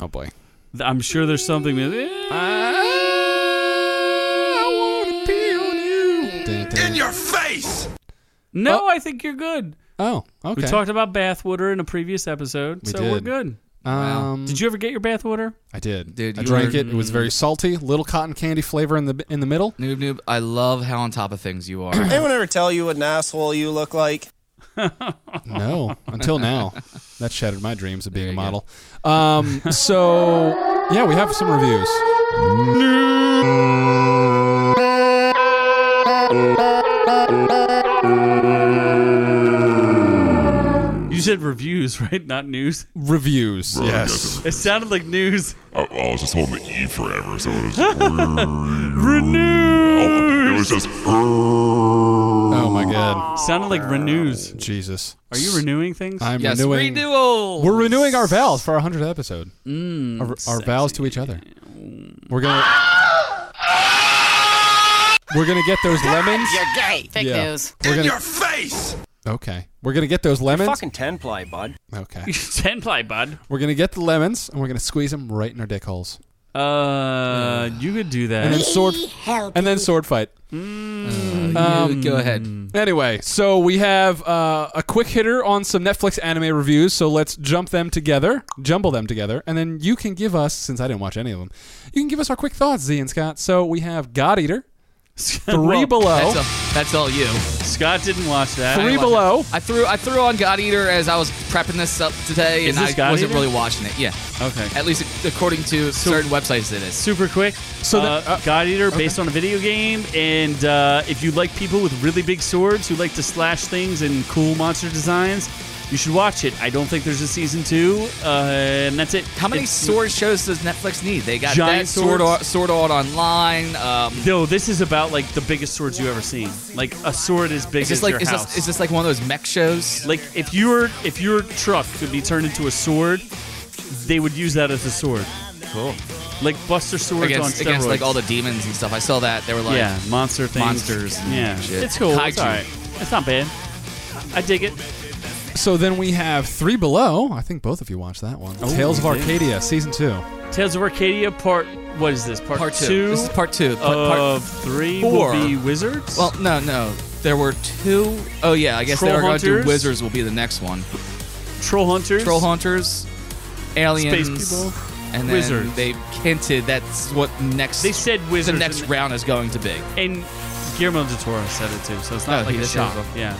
B: Oh boy.
A: Th- I'm sure there's something. That, eh,
B: In your-
A: no, I think you're good.
B: oh, okay.
A: We talked about bathwater in a previous episode,
B: We
A: so
B: did.
A: we're good.
B: Um,
A: Did you ever get your bathwater?
B: I did.
C: Dude,
B: I
C: you
B: drank
C: were-
B: it. It was very salty. Little cotton candy flavor in the in the middle.
C: Noob noob. I love how on top of things you are.
H: Anyone ever tell you what an asshole you look like?
B: No, until now, that shattered my dreams of being a model. Um, so yeah, we have some reviews.
A: You said reviews, right? Not news.
B: Reviews. Yes.
A: It sounded like news.
I: I, I was just holding the E forever, so it was just. it was just.
B: Oh my god.
A: Sounded like renews.
B: Jesus.
A: Are you renewing things?
B: I'm
C: yes,
B: renewing.
C: renewal.
B: We're renewing our vows for our hundredth episode. Mm, our, our vows to each other. We're gonna. We're gonna get those lemons.
J: Fake
B: Yeah.
J: news.
B: We're gonna, your face. Okay. We're gonna get those lemons.
H: Fucking 10 ply, bud.
B: Okay.
A: Ten ply, bud.
B: We're gonna get the lemons and we're gonna squeeze them right in our dick holes.
A: Uh, you could do
B: And then
A: that.
B: sword.
D: Help.
B: And then sword fight.
C: Um, go ahead.
B: Anyway, so we have uh, a quick hitter on some Netflix anime reviews. So let's jump them together, jumble them together, and then you can give us, since I didn't watch any of them, you can give us our quick thoughts, Z and Scott. So we have God Eater, Three
A: Well,
B: Below,
C: That's,
A: Oh.
C: all, that's all you.
A: Scott didn't watch that.
B: Three
C: I watched
A: Oh.
B: Below.
C: I threw I threw on God Eater as I was prepping this up today,
A: Is
C: and
A: this
C: I
A: God
C: wasn't
A: Eater?
C: really watching it. Yeah,
A: Okay.
C: at least according to certain websites, it is.
A: Super quick. So,
B: that-
A: uh,
B: uh,
A: God Eater based on a video game, and uh, if you like people with really big swords who like to slash things and cool monster designs, you should watch it. I don't think there's a season two, uh, and that's it.
C: How many
A: It's-
C: sword shows does Netflix need? They got
A: Giant
C: that sword
A: swords?
C: art, sword art online. Um,
A: No, this is about like the biggest swords you ever seen. Like a sword as big
C: is this
A: as
C: like
A: your
C: is
A: house.
C: this, is this like one of those mech shows?
A: Like if your if your truck could be turned into a sword, they would use that as a sword.
C: Cool.
A: Like Buster swords on
C: Against
A: steroids.
C: against like all the demons and stuff. I saw that. They were like,
A: yeah monster things.
C: monsters and
A: yeah,
C: shit.
A: it's cool. It's
C: Kaiju.
A: all right. It's not bad. I dig it.
B: So then we have Three Below. I think both of you watched that one. Tales of
A: Oh, we did.
B: Arcadia, season two.
A: Tales of Arcadia part. What is this? Part,
C: part two. This is part two. Part, part-
A: of three
C: four.
A: will be wizards.
C: well, no, no. There were two oh yeah, I guess
A: Troll
C: they were going to
A: Hunters?
C: do wizards will be the next one.
A: troll hunters.
C: Troll hunters, aliens,
A: people,
C: and then
A: wizards.
C: they hinted that's what next.
A: They said
C: the
A: wizards
C: next
A: and-
C: round is going to be.
A: and Guillermo del Toro said it too, so it's not
C: Oh,
A: like
C: he
A: a
C: did say
A: shock.
C: it.
A: Yeah,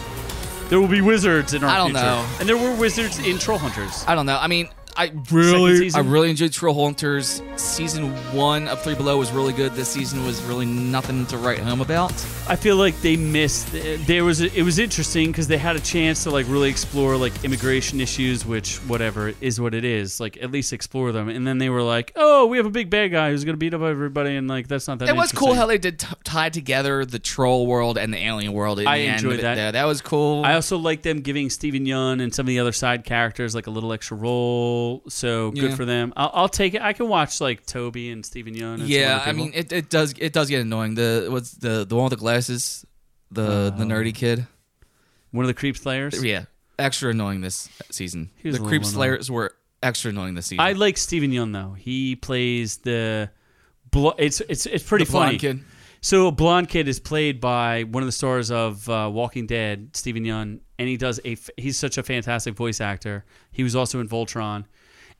A: there will be wizards in our
C: I don't
A: future.
C: know.
A: And there were wizards in Troll Hunters.
C: I don't know. I mean, I
A: Second
C: really, I
A: season?
C: really enjoyed Troll Hunters. Season one of Three Below was really good. This season was really nothing to write home about.
A: I feel like they missed. There was a, it was interesting because they had a chance to like really explore like immigration issues, which whatever is what it is. Like at least explore them, and then they were like, "Oh, we have a big bad guy who's gonna beat up everybody," and like that's not that.
C: It was cool
A: interesting.
C: how they did t- tie together the troll world and the alien world. In
A: I
C: the end
A: enjoyed
C: of it
A: that.
C: there. That was cool.
A: I also like them giving Steven Yeun and some of the other side characters like a little extra role. So good
C: Yeah.
A: for them. I'll, I'll take it. I can watch like Toby and Steven Yeun. And some
C: yeah,
A: other
C: I
A: people.
C: mean, it, it does it does get annoying. The what's the the one with the glasses, the
A: Oh.
C: the nerdy kid.
A: one of the creep slayers.
C: Yeah, extra annoying this season.
A: was
C: The
A: a little
C: creep
A: annoying.
C: slayers were extra annoying this season.
A: I like Steven Yeun though. He plays the. Bl- it's it's it's pretty
C: the
A: funny.
C: blonde kid.
A: So a blonde kid is played by one of the stars of uh, Walking Dead, Stephen Young, and he does a. f- He's such a fantastic voice actor. He was also in Voltron,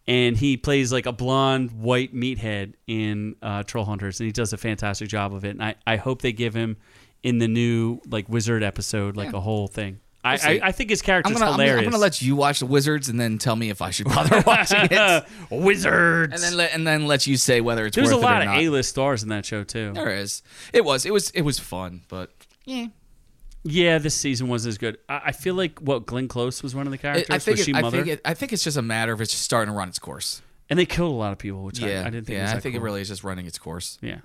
A: and he plays like a blonde white meathead in uh, Troll Hunters, and he does a fantastic job of it. And I, I hope they give him in the new like Wizard episode like a whole thing. I, I,
C: see.
A: I think his character's
C: I'm gonna, I'm gonna- I'm
A: hilarious.
C: gonna let you watch the Wizards and then tell me if I should bother watching it, and
A: Wizards.
C: then let and then let you say whether it's
A: There's a
C: worth
A: lot
C: it or
A: of
C: not.
A: A-list stars in that show too.
C: There is. It was. It was. It was fun, but
A: Yeah, this season wasn't as good. I, I feel like what Glenn Close was one of the characters.
C: it, I think.
A: was she
C: It, I
A: mother?
C: think. It, I think it's just a matter of it's just starting to run its course.
A: and they killed a lot of people, which
C: Yeah.
A: I, I didn't think.
C: yeah.
A: was
C: I
A: that
C: think it
A: cool.
C: really is just running its course.
A: Yeah.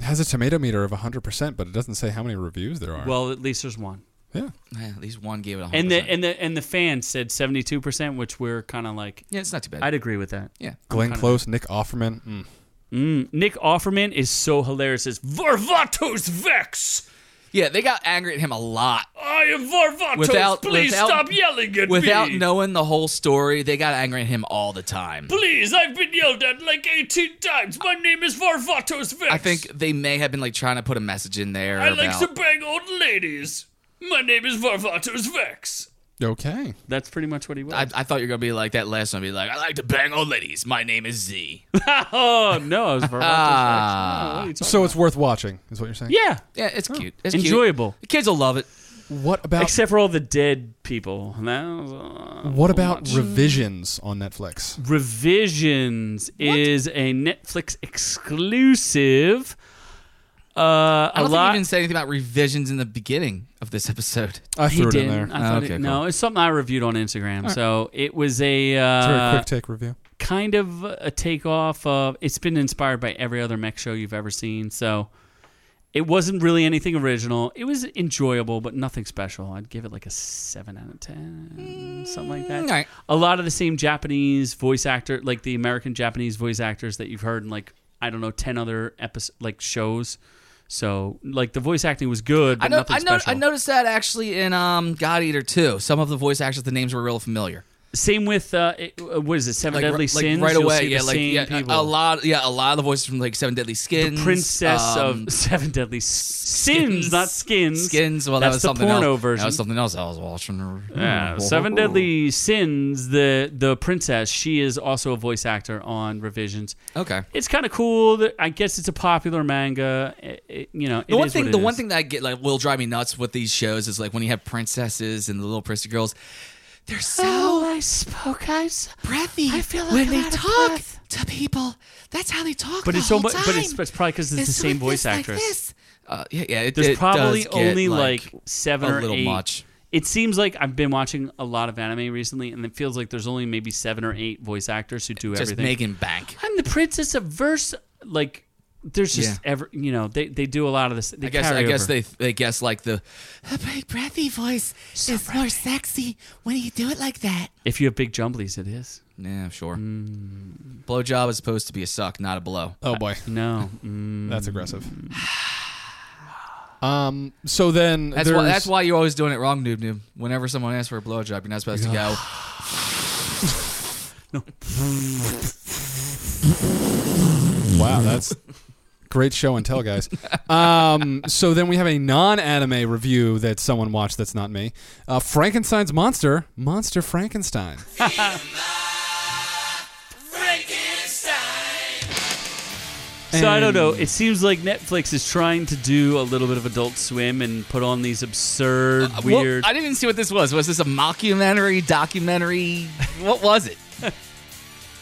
B: has a tomato meter of 100%, but it doesn't say how many reviews there are.
A: Well, at least there's one.
B: yeah.
C: Yeah, at least one gave it a.
A: And the
C: 100%.
A: and the and the fans said 72, percent which we're kind of like.
C: yeah, it's not too bad.
A: I'd agree with that.
C: yeah.
B: Glenn Close, Nick Offerman. Mm.
A: Nick Offerman is so hilarious. It's Varvatos Vex.
C: Yeah. They got angry at him a lot
A: I am Varvatos.
C: Without-
A: Please
C: without-
A: stop yelling at
C: without
A: me.
C: knowing the whole story. They got angry at him all the time.
A: Please, I've been yelled at like 18 times. My name is Varvatos Vex.
C: I think they may have been like trying to put a message in there.
A: I like
C: about-
A: to bang old ladies. My name is Varvatos Vex.
B: Okay.
A: That's pretty much what he was.
C: I, I thought you were gonna be like that last one. Be like, I like to bang old ladies. My name is Z.
A: oh no, it was Varvatos Vex.
C: Ah.
A: Oh, what are you talking
B: So it's worth watching, is what you're saying?
A: Yeah,
C: yeah, it's cute. It's cute.
A: enjoyable.
C: The kids will love it.
B: What about
A: Except for all the dead people. That was, uh,
B: what about revisions on Netflix?
A: Revisions is a Netflix exclusive. Uh,
C: I
A: a
C: don't think you
A: lot.
C: even said anything about revisions in the beginning of this episode.
B: I
A: he
B: threw it
A: didn't.
B: in there.
A: I thought
C: okay,
A: it, No, it's something I reviewed on Instagram. So it was a
B: It's a very
A: uh,
B: quick take review.
A: kind of a takeoff of it's been inspired by every other mech show you've ever seen so it wasn't really anything original it was enjoyable but nothing special i'd give it like a 7 out of 10 something like that
C: Mm, alright.
A: a lot of the same japanese voice actor like the american japanese voice actors that you've heard in like i don't know 10 other episodes like shows so like the voice acting was good but
C: I know.
A: nothing
C: I know.
A: special
C: I noticed that actually in um, God Eater too. Some of the voice actors, the names were real familiar.
A: same with uh, it, uh, what is it seven
C: Like,
A: deadly
C: ri- like
A: sins
C: right
A: You'll
C: away.
A: see
C: Yeah,
A: the
C: like
A: same
C: yeah,
A: people.
C: a lot. Yeah, a lot of the voices from like Seven Deadly Skins,
A: Princess
C: um,
A: of Seven Deadly Sins,
C: Skins.
A: not skins.
C: Skins. Well, that
A: That's
C: was
A: the
C: something
A: porno
C: else.
A: version.
C: That was something else I was watching.
A: Yeah, Seven Deadly Sins. The the princess. She is also a voice actor on Revisions.
C: Okay.
A: It's kind of cool. That, I guess it's a popular manga. It- it- you know,
C: The one thing, the one thing that I get like will drive me nuts with these shows is like when you have princesses and the little prissy girls, they're so
A: I spoke. Oh, I
C: breathy
A: I feel like
C: when
A: I'm
C: they
A: out of
C: talk
A: breath.
C: to people. That's how they talk.
A: But
C: the
A: it's
C: whole
A: almost. But it's,
C: time.
A: it's probably because it's, the
C: It's
A: same
C: like
A: voice
C: this, like
A: actress.
C: this. Uh, yeah, yeah. It,
A: There's
C: it
A: probably
C: does get,
A: only
C: like,
A: like, seven
C: a
A: or
C: little
A: eight.
C: much.
A: It seems like I've been watching a lot of anime recently, and it feels like there's only maybe seven or eight voice actors who do
C: just
A: everything.
C: making bank.
A: I'm the princess of verse. Like, there's just
C: Yeah.
A: ever you know they, they do a lot of this. They
C: I guess.
A: carry
C: I guess
A: over.
C: they they guess like the a big breathy voice is more sexy when you do it like that.
A: If you have big jumblies, it is.
C: Yeah, sure. Mm. Blowjob is supposed to be a suck, not a blow.
B: Oh boy,
A: No, Mm.
B: that's aggressive. Um. So then
C: That's
B: there's,
C: why, that's why you're always doing it wrong, noob noob. Whenever someone asks for a blowjob, you're not supposed to go. "Ah,
B: Wow, that's great show and tell, guys. Um. So then we have a non-anime review that someone watched that's not me. Uh, Frankenstein's monster, Monster Frankenstein.
A: So I don't know. It seems like Netflix is trying to do a little bit of Adult Swim and put on these absurd,
C: Uh, Well,
A: weird.
C: I didn't even see what this was. Was this a mockumentary, documentary? What was it?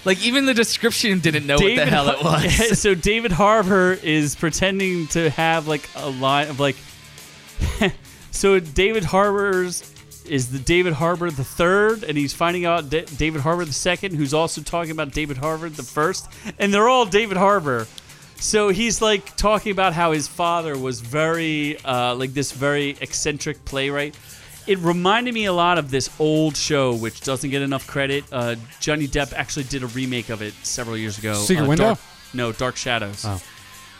C: like even the description didn't know what the hell it
A: Yeah,
C: was.
A: so David Harbour is pretending to have like a line of like. so David Harbour's is the David Harbour the third, and he's finding out D- David Harbour the second, who's also talking about David Harbour the first, and they're all David Harbour. So he's like talking about how his father was very uh, like this very eccentric playwright. It reminded me a lot of this old show, which doesn't get enough credit. Uh, Johnny Depp actually did a remake of it several years ago.
B: Secret
A: uh,
B: Window?
A: Dark- no, Dark Shadows.
B: Oh.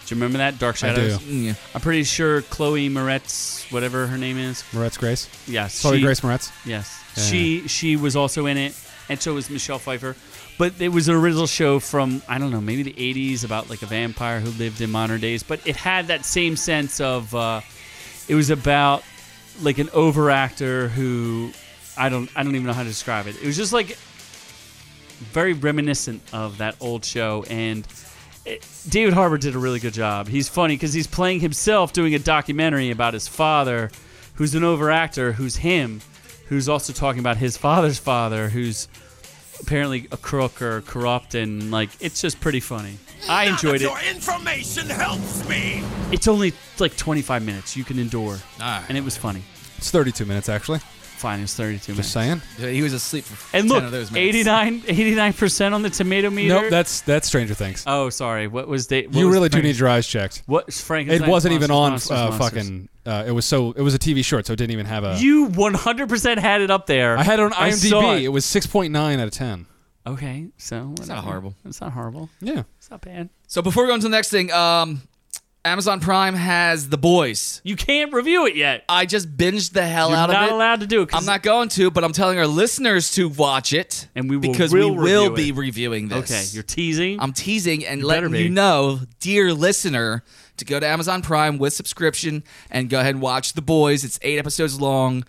A: Do you remember that Dark
B: I
A: Shadows? Mm.
B: do.
C: Yeah.
A: I'm pretty sure Chloe Moretz, whatever her name is.
B: Moretz Grace.
A: Yes.
B: Chloe
A: she-
B: Grace Moretz.
A: Yes.
B: Yeah.
A: She she was also in it. and so was Michelle Pfeiffer. But it was an original show from I don't know, maybe the '80s about like a vampire who lived in modern days. But it had that same sense of uh, it was about like an overactor who I don't I don't even know how to describe it. It was just like very reminiscent of that old show and. it- David Harbour did a really good job. He's funny because he's playing himself doing a documentary about his father, who's an overactor, who's him, who's also talking about his father's father, who's apparently a crook or corrupt, and like it's just pretty funny. I enjoyed it.
E: information helps me.
A: It's only like 25 minutes you can endure,
C: right.
A: and it was funny.
B: It's 32 minutes actually.
A: Fine, it was 32
B: Just
A: minutes.
B: saying.
C: He was asleep for
A: And
C: 10
A: look,
C: of those minutes.
A: 89 percent on the tomato meter.
B: Nope, that's that's Stranger Things.
A: oh, sorry. What was they?
B: you really do need your eyes checked.
A: What Frankenstein?
B: It wasn't even on
A: Monsters,
B: uh,
A: Monsters, Monsters.
B: fucking. Uh, it was so. It was a TV short, so it didn't even have a.
A: You 100% had it up there.
B: I had it on
A: saw
B: IMDb. It. was 6.9 out of 10.
A: Okay, so it's
C: not horrible.
A: It's not horrible.
B: Yeah.
A: It's not bad.
C: So before we go on to the next thing, um, Amazon Prime has The Boys.
A: You can't review it yet.
C: I just binged the hell
A: You're
C: out of
A: not
C: it.
A: allowed to do it. 'cause-
C: I'm not going to, but I'm telling our listeners to watch it,
A: And we will-
C: because
A: will
C: we will
A: review
C: be
A: it.
C: reviewing this.
A: Okay, you're teasing.
C: I'm teasing and
A: You better
C: letting
A: be.
C: you know, dear listener, to go to Amazon Prime with subscription and go ahead and watch The Boys. It's eight episodes long.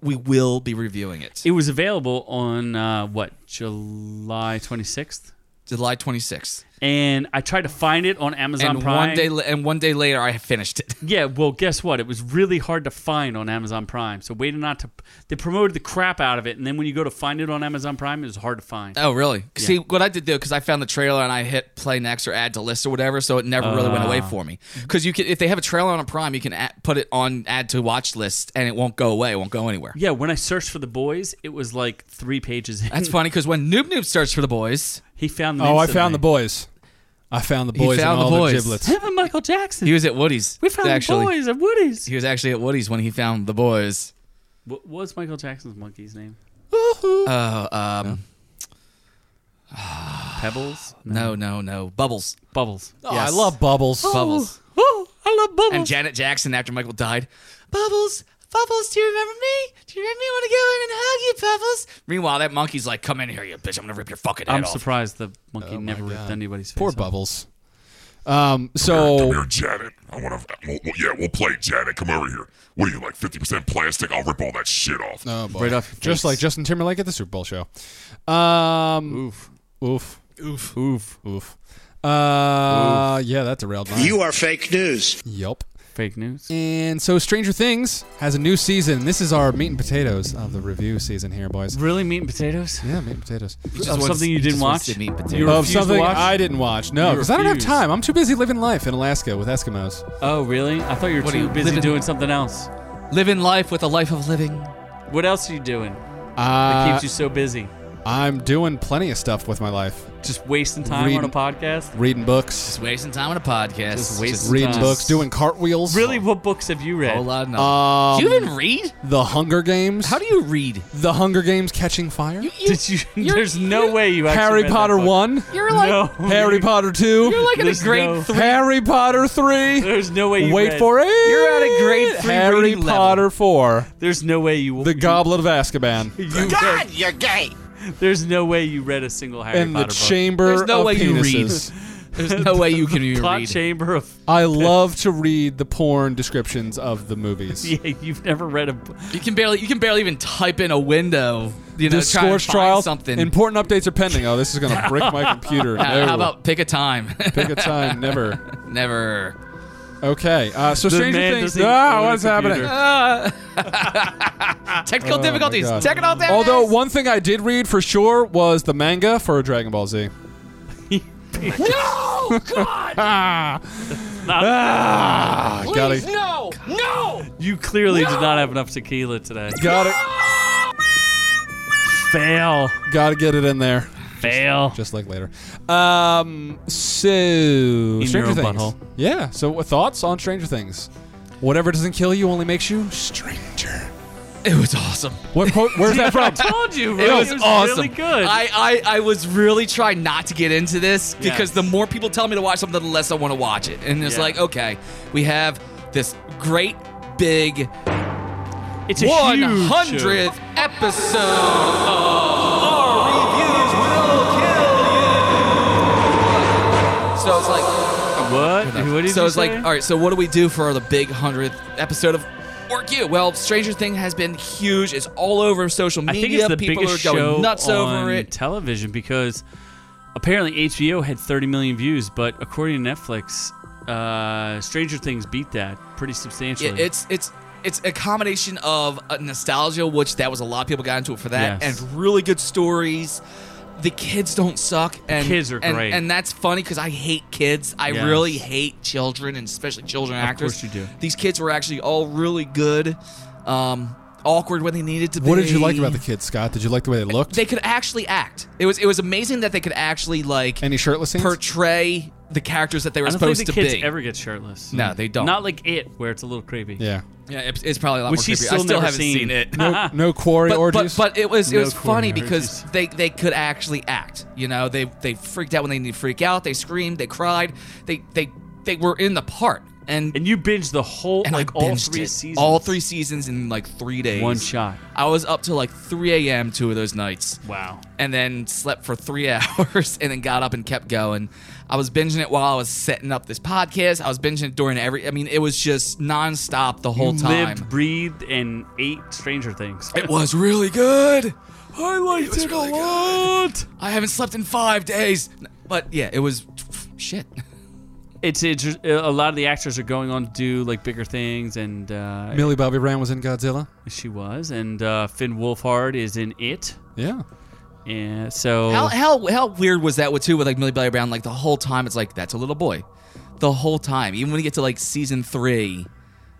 C: We will be reviewing it,
A: it was available on uh, what July 26th,
C: July 26th,
A: and I tried to find it on Amazon
C: and
A: Prime.
C: one day la- and one day later, I finished it.
A: yeah, well, guess what? It was really hard to find on Amazon Prime. So waited not to. They promoted the crap out of it, and then when you go to find it on Amazon Prime, it was hard to find.
C: Oh, really? See, what I did do because I found the trailer and I hit play next or add to list or whatever, so it never really went away
A: Ah.
C: for me. Because you can, if they have a trailer on a Prime, you can add, put it on add to watch list and it won't go away. It won't go anywhere.
A: Yeah, when I searched for the boys, it was like three pages. In.
C: That's funny because when Noob Noob searched for the boys,
A: he found them.
B: Oh, I
A: instantly.
B: found the boys. I found the
C: He
B: boys
C: found
B: and all
C: the
B: the
C: boys.
B: giblets.
A: Him and Michael Jackson.
C: he was at Woody's.
A: we found
C: actually.
A: the boys at Woody's.
C: He was actually at Woody's when he found the boys.
A: What was Michael Jackson's monkey's name?
C: Oh, um,
A: Pebbles?
C: no, no, no, Bubbles,
A: Bubbles.
B: Oh,
C: Yes.
B: I love bubbles.
C: Bubbles,
A: Oh, I love Bubbles.
C: and Janet Jackson after Michael died. Bubbles, Bubbles, do you remember me? Do you remember me? Want to go in and hug you, Bubbles? Meanwhile, that monkey's like, "Come in here, you bitch! I'm gonna rip your fucking head
A: I'm
C: off."
A: surprised the monkey never ripped
B: God.
A: anybody's face.
B: Poor
A: off.
B: bubbles. Um. So
I: Here, Janet. I want to. Well, well, yeah, we'll play, Janet. Come over here. What are you like? Fifty percent plastic. I'll rip all that shit off.
B: Oh, boy.
C: Right off your face.
B: just like Justin Timberlake at the Super Bowl show. Um. Oof. Oof. Oof. Oof. Oof. Uh. Yeah, that derailed mine.
G: You are fake news.
B: Yup.
A: Fake news.
B: And so Stranger Things has a new season. This is our meat and potatoes of the review season here, boys.
A: Really, meat and potatoes?
B: Yeah, meat and potatoes.
A: Of
C: wants-
A: something you
C: he
A: didn't
C: just wants
A: watch?
C: to meet potatoes.
A: You
B: Of
A: refused to
B: something
A: watch?
B: I didn't watch. No,
A: You
B: because I don't have
A: refused.
B: time. I'm too busy living life in Alaska with Eskimos.
A: Oh, really? I thought you were
C: What are
A: too
C: you,
A: busy
C: living-
A: doing something else.
C: Living life with a life of living.
A: What else are you doing that
B: Uh,
A: keeps you so busy?
B: I'm doing plenty of stuff with my life.
A: Just wasting time on
B: reading-
A: a podcast?
B: Reading books,
C: Just wasting time on a podcast.
A: Just wasting
B: reading
A: Sometimes.
B: books, doing cartwheels.
A: Really, what books have you read?
C: a whole lot of nothing.
B: Um,
C: do you even read?
B: The Hunger Games.
C: How do you read?
B: The Hunger Games Catching Fire.
A: Did you? There's no way you actually
B: Harry
A: read that
B: Potter
A: book.
B: 1.
C: You're like
A: No.
B: Harry Potter 2.
C: you're like in a
A: There's
C: grade
A: no-
C: three.
B: Harry Potter 3.
A: There's no way you
B: Wait
A: read-
B: for it.
C: You're at a grade three
B: Harry
C: reading level.
B: Potter 4.
A: There's no way you.
B: The Goblet of Azkaban.
A: You
G: God,
A: read,
G: you're gay.
A: there's no way you read a single Harry
B: And the
A: Potter book.
B: Chamber
C: There's no
B: of
C: way you read.
B: Penises.
C: There's no way you can even
A: Plot
C: read.
A: chamber of.
B: I love to read the porn descriptions of the movies.
A: Yeah, you've never read a. book.
C: You can barely you can barely even type in a window. You know,
B: This
C: try and
B: Scorch
C: find
B: trial.
C: something.
B: Important updates are pending. Oh, this is gonna break my computer.
C: Uh,
B: No.
C: How about pick a time?
B: pick a time? Never.
C: Never.
B: Okay. Uh, so
A: The
B: Stranger
A: man
B: Things.
A: doesn't even
B: Ah,
A: own a
B: what's
A: computer.
B: happening?
C: Technical
B: Oh, my
C: difficulties.
B: God.
C: Technical difficulties.
B: Although one thing I did read for sure was the manga for Dragon Ball Z.
C: no, God,
B: Ah, ah, got it.
C: no, no.
A: You clearly did not have enough tequila today.
B: Got it.
A: Fail,
B: Got to get it in there.
A: fail.
B: Just like later. Um. So Stranger
A: own
B: Things.
A: butthole.
B: Yeah. So what thoughts on Stranger Things? Whatever doesn't kill you only makes you stranger.
C: It was awesome.
B: What quote? Where's that
A: I
B: from?
A: told you,
C: It
A: right?
C: was, awesome.
A: really good.
C: I, I, I was really trying not to get into this
A: Yes.
C: because the more people tell me to watch something, the less I want to watch it. And it's
A: Yeah.
C: like, okay, we have this great big
A: it's a huge Oh. show.
C: 100th episode. though.
A: What did
C: so
A: you
C: it's like,
A: say?
C: all right. So what do we do for the big hundredth episode of Work You? Well, Stranger Thing has been huge. It's all over social
A: I
C: media.
A: think it's the
C: People
A: biggest
C: are going
A: show
C: nuts
A: on
C: over it.
A: television because apparently HBO had 30 million views, but according to Netflix, uh, Stranger Things beat that pretty substantially.
C: Yeah, it's it's it's a combination of uh, nostalgia, which that was a lot of people got into it for that,
A: Yes.
C: and really good stories. The kids don't suck, and
A: kids are
C: and-
A: great.
C: and that's funny because I hate kids. I
A: Yes.
C: really hate children, and especially children actors.
A: course you do.
C: These kids were actually all really good, um, awkward when they needed to be.
B: What did you like about the kids, Scott? Did you like the way they looked?
C: They could actually act. It was it was amazing that they could actually like
B: Any shirtless scenes?
C: portray the characters that they were
A: I don't
C: supposed
A: think
C: to
A: the kids
C: be.
A: ever get shirtless.
C: No, they don't.
A: Not like it, where it's a little creepy.
B: yeah.
C: yeah, it's, it's probably a lot
A: Which
C: more
A: he's still
C: creepy. I still
A: never
C: haven't
A: seen.
C: seen it.
B: No, no quarry
C: but,
B: orgies.
C: but, but it was it
A: No
C: was funny
A: corny
C: because
A: orgies.
C: they they could actually act. You know, they they freaked out when they needed to freak out. They screamed. They cried. They they they were in the part and
A: And you binge the whole,
C: and I
A: like, all
C: binged
A: three
C: it.
A: seasons.
C: all three seasons in like three days.
A: One shot.
C: I was up till like 3 a.m. two of those nights.
A: Wow.
C: And then slept for three hours and then got up and kept going. I was binging it while I was setting up this podcast. I was binging it during every. I mean, it was just nonstop the whole time.
A: Lived, breathed, and ate Stranger Things.
C: It was really good. I liked it,
A: It's
C: a lot. I haven't slept in five days. But yeah, it was shit.
A: It's, it's a lot of the actors are going on to do like bigger things, and uh,
B: Millie Bobby Brown was in Godzilla.
A: she was, and uh, Finn Wolfhard is in it,
B: Yeah.
A: and so
C: How, how how weird was that with too with like Millie Bobby Brown? Like the whole time, it's like that's a little boy, the whole time. Even when you get to like season three,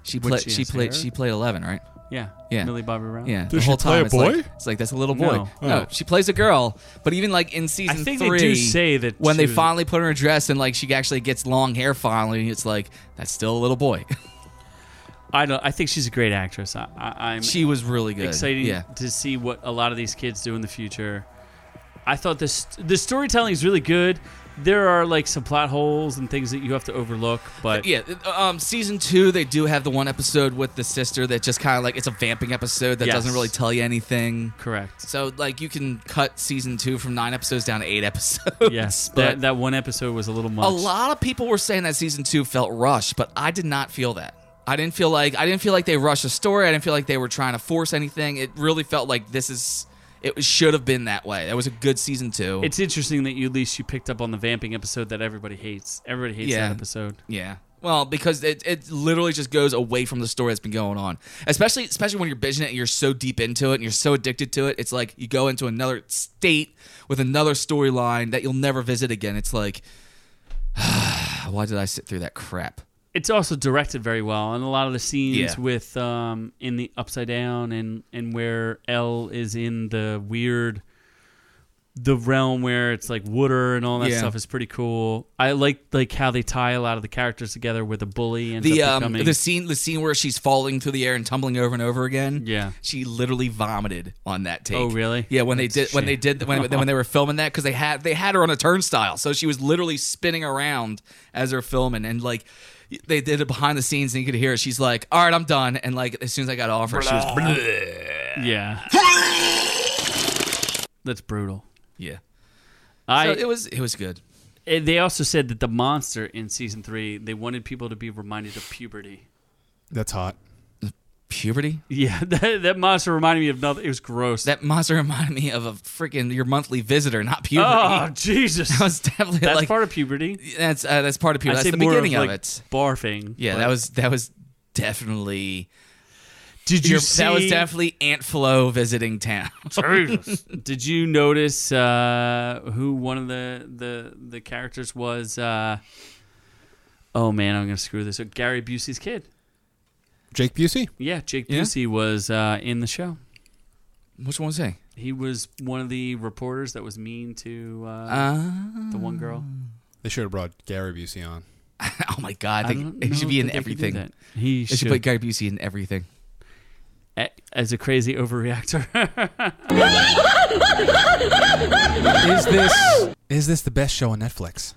C: she played
A: she
C: she
A: is
C: played
A: her?
C: she played eleven, right?
A: yeah,
C: Yeah.
A: Millie Bobby Brown,
C: Yeah, the
B: she
C: whole
B: play
C: time
B: a
C: it's like-
B: boy?
C: It's like, that's a little boy.
A: No.
C: No,
B: Oh.
C: she plays a girl. But even like in season
A: think they
C: three,
A: do say that she
C: when they
A: was-
C: finally put her in a dress and like she actually gets long hair finally, it's like that's still a little boy.
A: I don't. I think she's a great actress. I, I, I'm
C: she was really good.
A: excited
C: Yeah.
A: to see what a lot of these kids do in the future. I thought this the storytelling is really good. There are like some plot holes and things that you have to overlook, but
C: Yeah, um, season two they do have the one episode with the sister that just kind of like it's a vamping episode that
A: Yes.
C: doesn't really tell you anything.
A: correct.
C: So like you can cut season two from nine episodes down to eight episodes.
A: Yes,
C: but
A: that, that one episode was a little much.
C: a lot of people were saying that season two felt rushed, but I did not feel that. I didn't feel like I didn't feel like they rushed the story. I didn't feel like they were trying to force anything. It really felt like this is it should have been that way. That was a good season two.
A: It's interesting that you at least you picked up on the vamping episode that everybody hates. Everybody hates
C: Yeah.
A: that episode.
C: Yeah. Well, because it, it literally just goes away from the story that's been going on. Especially especially when you're binging it and you're so deep into it and you're so addicted to it, it's like you go into another state with another storyline that you'll never visit again. It's like why did I sit through that crap?
A: It's also directed very well, and a lot of the scenes
C: Yeah.
A: with um, in the upside down and and where L is in the weird the realm where it's like water and all that
C: Yeah.
A: stuff is pretty cool. I like like how they tie a lot of the characters together with a bully and
C: The
A: up
C: um
A: becoming-
C: the scene the scene where she's falling through the air and tumbling over and over again.
A: Yeah.
C: She literally vomited on that take.
A: Oh, really?
C: Yeah, when they
A: That's
C: did when they
A: shame.
C: did when when they were filming that cuz they had they had her on a turnstile. So she was literally spinning around as they're filming and like they did it behind the scenes and you could hear it. She's like, "All right, I'm done." And like as soon as I got off her, she was
A: yeah. That's brutal.
C: yeah.
A: I
C: So it was it was good.
A: And they also said that the monster in season three, they wanted people to be reminded of puberty.
B: That's hot.
C: Puberty?
A: Yeah, that, that monster reminded me of nothing. It was gross.
C: That monster reminded me of a freaking your monthly visitor, not puberty.
A: oh Jesus,
C: That was definitely
A: that's
C: like
A: part of puberty.
C: that's uh, that's part of puberty.
A: I'd say
C: That's the
A: more
C: beginning
A: of,
C: of,
A: like,
C: it.
A: Barfing.
C: Yeah,
A: but-
C: that was that was definitely
A: Did you
C: your-
A: see?
C: that was definitely Aunt Flo visiting town.
A: Jesus. Did you notice uh, who one of the the the characters was? Uh, oh man, I'm gonna screw this. up. Gary Busey's kid.
B: Jake Busey.
A: Yeah, Jake
C: Yeah?
A: Busey was uh, in the show.
C: Which one was he?
A: He was one of the reporters that was mean to uh,
C: Uh,
A: the one girl.
B: They should have brought Gary Busey on.
C: oh my god,
A: I
C: they-
A: don't
C: he should
A: know
C: be in
A: that they could do
C: everything.
A: that. He
C: They
A: should,
C: should put Gary Busey in everything.
A: a- as a crazy overreactor.
B: Is this is this the best show on Netflix?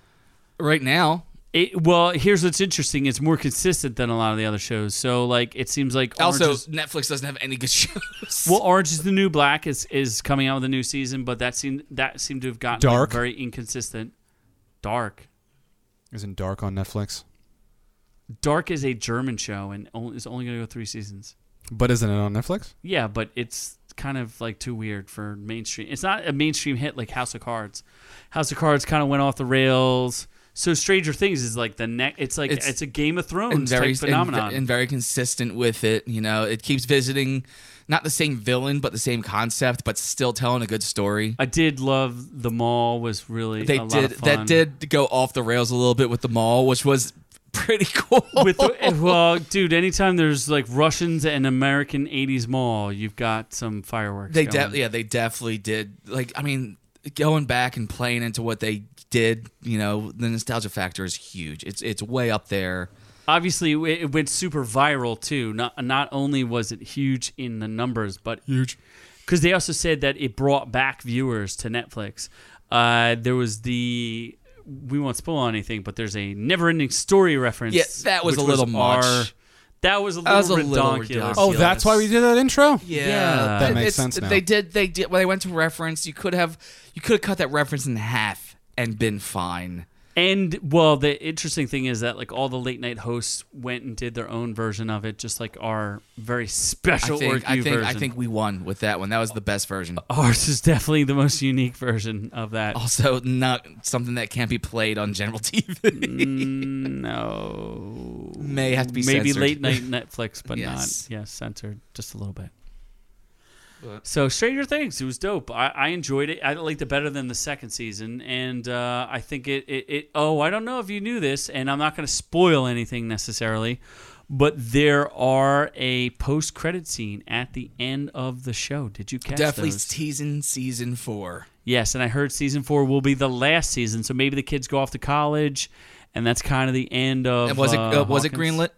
C: Right now,
A: it, well, here's what's interesting: it's more consistent than a lot of the other shows. So, like, it seems like Orange
C: also
A: is,
C: Netflix doesn't have any good shows.
A: well, Orange is the New Black is is coming out with a new season, but that seemed that seemed to have gotten like,
B: Dark?
A: very inconsistent. Dark.
B: Isn't Dark on Netflix?
A: Dark is a German show and on- it's only going to go three seasons.
B: But isn't it on Netflix?
A: Yeah, but it's kind of like too weird for mainstream. It's not a mainstream hit like House of Cards. House of Cards kind of went off the rails. So Stranger Things is like the next. It's like it's,
C: It's-
A: a Game of
C: and
A: Thrones
C: very
A: type phenomenon.
C: And, and very consistent with it. You know, it keeps visiting not the same villain, but the same concept, but still telling a good story.
A: I did love the mall was really
C: They
A: a lot
C: did
A: of fun.
C: that did go off the rails a little bit with the mall, which was pretty cool.
A: with the, eh, well, dude. Anytime there's like Russians and American '80s mall, you've got some fireworks.
C: they
A: going.
C: de- yeah, they definitely did. Like, I mean, going back and playing into what they did, you know, the nostalgia factor is huge. It's it's way up there.
A: obviously it it went super viral too. Not not only was it huge in the numbers, but huge because they also said that it brought back viewers to Netflix. Uh, there was the we won't spoil anything, but there's a never-ending story reference.
C: Yeah, that was
A: which
C: a little much.
A: that was a little
C: That was a little
A: ridiculous.
C: redonkulous.
B: Oh, that's why we did that intro.
A: Yeah.
B: That
C: It-
B: makes
C: it's-
B: sense now.
C: They did. They did. Well, they went to reference. You could have. You could have cut that reference in half and been fine.
A: And well, the interesting thing is that like all the late night hosts went and did their own version of it, just like our very special
C: I think.
A: Orcu
C: I think.
A: version.
C: I think we won with that one. That was the best version.
A: ours is definitely the most unique version of that.
C: Also, not something that can't be played on general TV.
A: No.
C: May have to be
A: Maybe
C: censored.
A: late night Netflix, but not
C: Yes.
A: yes, censored just a little bit. So Stranger Things, it was dope. I, I enjoyed it. I liked it better than the second season, and uh, I think it, it it. Oh, I don't know if you knew this, and I'm not going to spoil anything necessarily, but there are a post credit scene at the end of the show. Did you catch
C: Definitely
A: those?
C: teasing season four.
A: Yes, and I heard season four will be the last season, so maybe the kids go off to college, and that's kind of the end of.
C: And was it?
A: uh,
C: Uh, was it
A: Hawkins.
C: greenlit?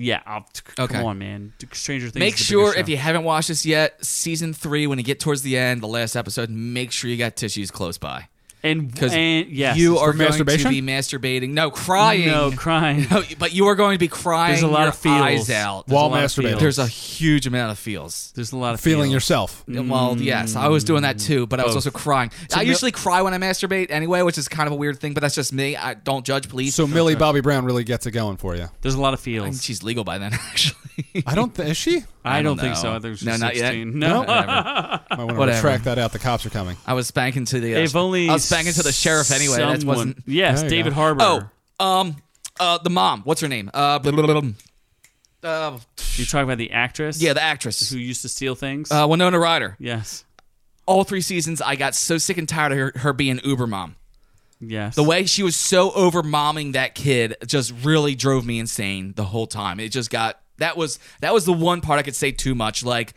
A: Yeah, I'll, c-
C: Okay.
A: come on, man. Stranger Things.
C: Make
A: is the
C: sure
A: biggest
C: if
A: show.
C: you haven't watched this yet, season three. When you get towards the end, the last episode, make sure you got tissues close by
A: and
C: because
A: and yes,
C: you are
B: for
C: going to
B: masturbation?
C: be masturbating. No, crying.
A: no crying.
C: No, but you are going to be crying
A: There's a lot
C: your
A: of feels.
C: eyes out.
A: There's a
B: While
A: lot of
B: masturbating.
A: feels.
C: There's a huge amount of feels.
A: there's a lot of
B: Feeling
A: feels.
B: yourself.
C: Well, yes, I was doing that too, but I was
A: Mm. Both.
C: also crying. I usually cry when I masturbate anyway, which is kind of a weird thing, but that's just me. I don't judge, please.
B: So Millie Bobby Brown really gets it going for you.
A: There's a lot of feels.
C: she's legal by then, actually.
B: I don't. Th- is she?
A: I, don't think
C: know.
A: so. I think she's
C: No, not yet.
A: 16. No,
C: Whatever.
B: Might want to
C: Whatever.
B: retract that out. The cops are coming.
C: I was spanking to the. Uh,
A: if only
C: I was spanking to the sheriff anyway. That
A: someone-
C: wasn't.
A: Yes,
B: There you
A: David
B: go.
A: Harbour.
C: Oh, um, uh, the mom. What's her name? Uh, blah, blah, blah, blah. uh
A: you talking about the actress?
C: yeah, the
A: who
C: actress.
A: used to steal things.
C: Uh, Winona Ryder.
A: yes,
C: All three seasons, I got so sick and tired of her, her being uber mom.
A: yes.
C: The way she was so over momming that kid just really drove me insane the whole time. It just got that was that was the one part I could say too much. Like,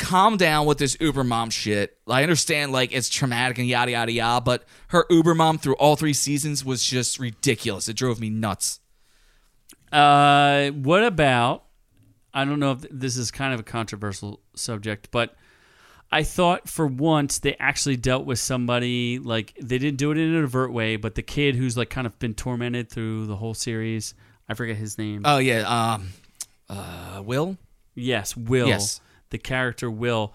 C: calm down with this Uber mom shit. I understand like it's traumatic and yada yada yada, but her Uber mom through all three seasons was just ridiculous. It drove me nuts.
A: Uh, what about? I don't know if th- this is kind of a controversial subject, but I thought for once they actually dealt with somebody like they didn't do it in an overt way, but the kid who's like kind of been tormented through the whole series. I forget his name.
C: Oh yeah, um, uh, Will.
A: yes, Will.
C: yes.
A: The character Will.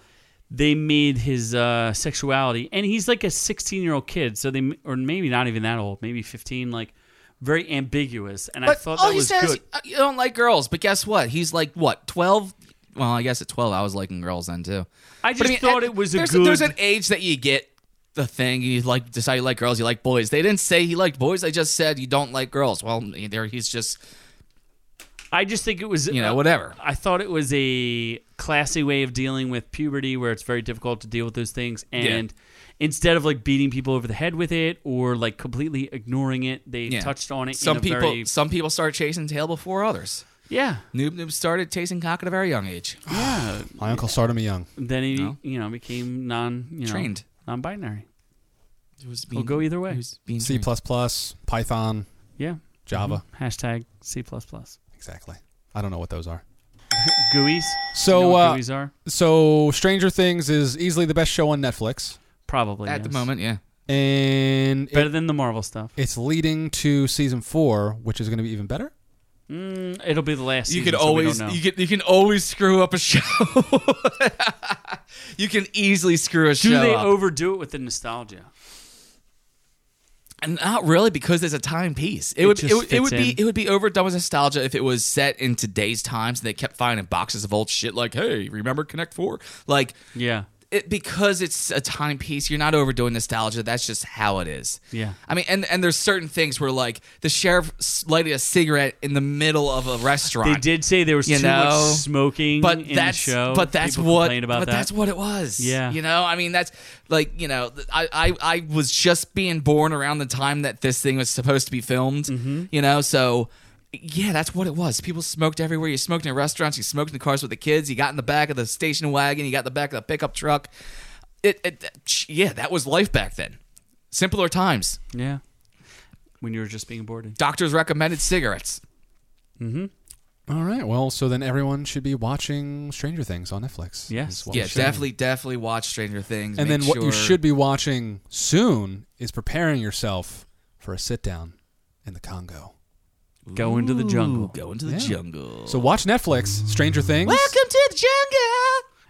A: They made his uh, sexuality, and he's like a 16 year old kid, so they m- or maybe not even that old, maybe 15, like very ambiguous. And I thought that was good.
C: "Uh, you don't like girls, but guess what? He's like what twelve. Well, I guess at twelve I was liking girls then too.
A: I just
C: But mean,
A: thought
C: at-
A: it was a
C: there's
A: good.
C: There's an age that you get the thing. You like decide you like girls. You like boys. They didn't say he liked boys. They just said you don't like girls. Well, there he's just
A: I just think it was uh,
C: you know whatever.
A: I thought it was a classy way of dealing with puberty where it's very difficult to deal with those things. And instead of like beating people over the head with it or like completely ignoring it, they
C: Yeah.
A: touched on it
C: Some
A: in a
C: people
A: very-
C: some people start chasing tail before others.
A: yeah.
C: Noob Noob started chasing cock at a very young age.
B: My uncle started me young.
A: Then he,
C: No.
A: you know, became non, you know,
C: Trained.
A: non binary.
C: It was
A: We'll go either way.
C: it was being
B: C
C: trained.
B: plus plus, Python,
A: Yeah.
B: Java.
A: Hashtag C.
B: Exactly. I don't know what those are.
A: GUIs.
B: So,
A: you know what
B: uh,
A: GUIs are?
B: So Stranger Things is easily the best show on Netflix,
A: Probably.
C: at the
A: yes.
C: moment. Yeah,
B: and it,
A: Better than the Marvel stuff.
B: it's leading to season four, which is going to be even better.
A: Mm, It'll be the last
C: you
A: season,
C: could
A: so we don't
C: always
A: know.
C: you can you can always screw up a show. you can easily screw a
A: Do
C: show
A: they
C: up.
A: overdo it with the nostalgia?
C: N- Not really, because it's a timepiece. It, would
A: just
C: it, would- it
A: fits
C: would be
A: in.
C: it would be overdone with nostalgia if it was set in today's times and they kept finding boxes of old shit. Like, hey, remember Connect Four? Like,
A: Yeah.
C: it because it's a timepiece. You're not overdoing nostalgia. That's just how it is.
A: Yeah.
C: I mean, and and there's certain things where like the sheriff s- lighted a cigarette in the middle of a restaurant.
A: They did say there was
C: You
A: too
C: know,
A: much smoking
C: but
A: in
C: that's
A: the show.
C: but that's
A: People
C: what
A: complained about
C: but
A: that.
C: that's what it was.
A: Yeah.
C: you know, I mean, that's like you know, th- I I, I was just being born around the time that this thing was supposed to be filmed.
A: Mm-hmm.
C: You know, so. Yeah, that's what it was. People smoked everywhere. You smoked in restaurants. You smoked in the cars with the kids. You got in the back of the station wagon. You got in the back of the pickup truck. It, it yeah, that was life back then. Simpler times.
A: yeah. When you were just being boarded.
C: Doctors recommended cigarettes.
B: All right. Well, so then everyone should be watching Stranger Things on Netflix.
A: Yes.
B: is what
C: Yeah,
B: we're saying.
C: definitely, definitely watch Stranger Things.
B: And
C: Make
B: then what you
C: sure-
B: should be watching soon is preparing yourself for a sit down in the Congo.
A: Go into the jungle.
C: go into the jungle.
B: So watch Netflix, Stranger Things.
C: Welcome to the jungle.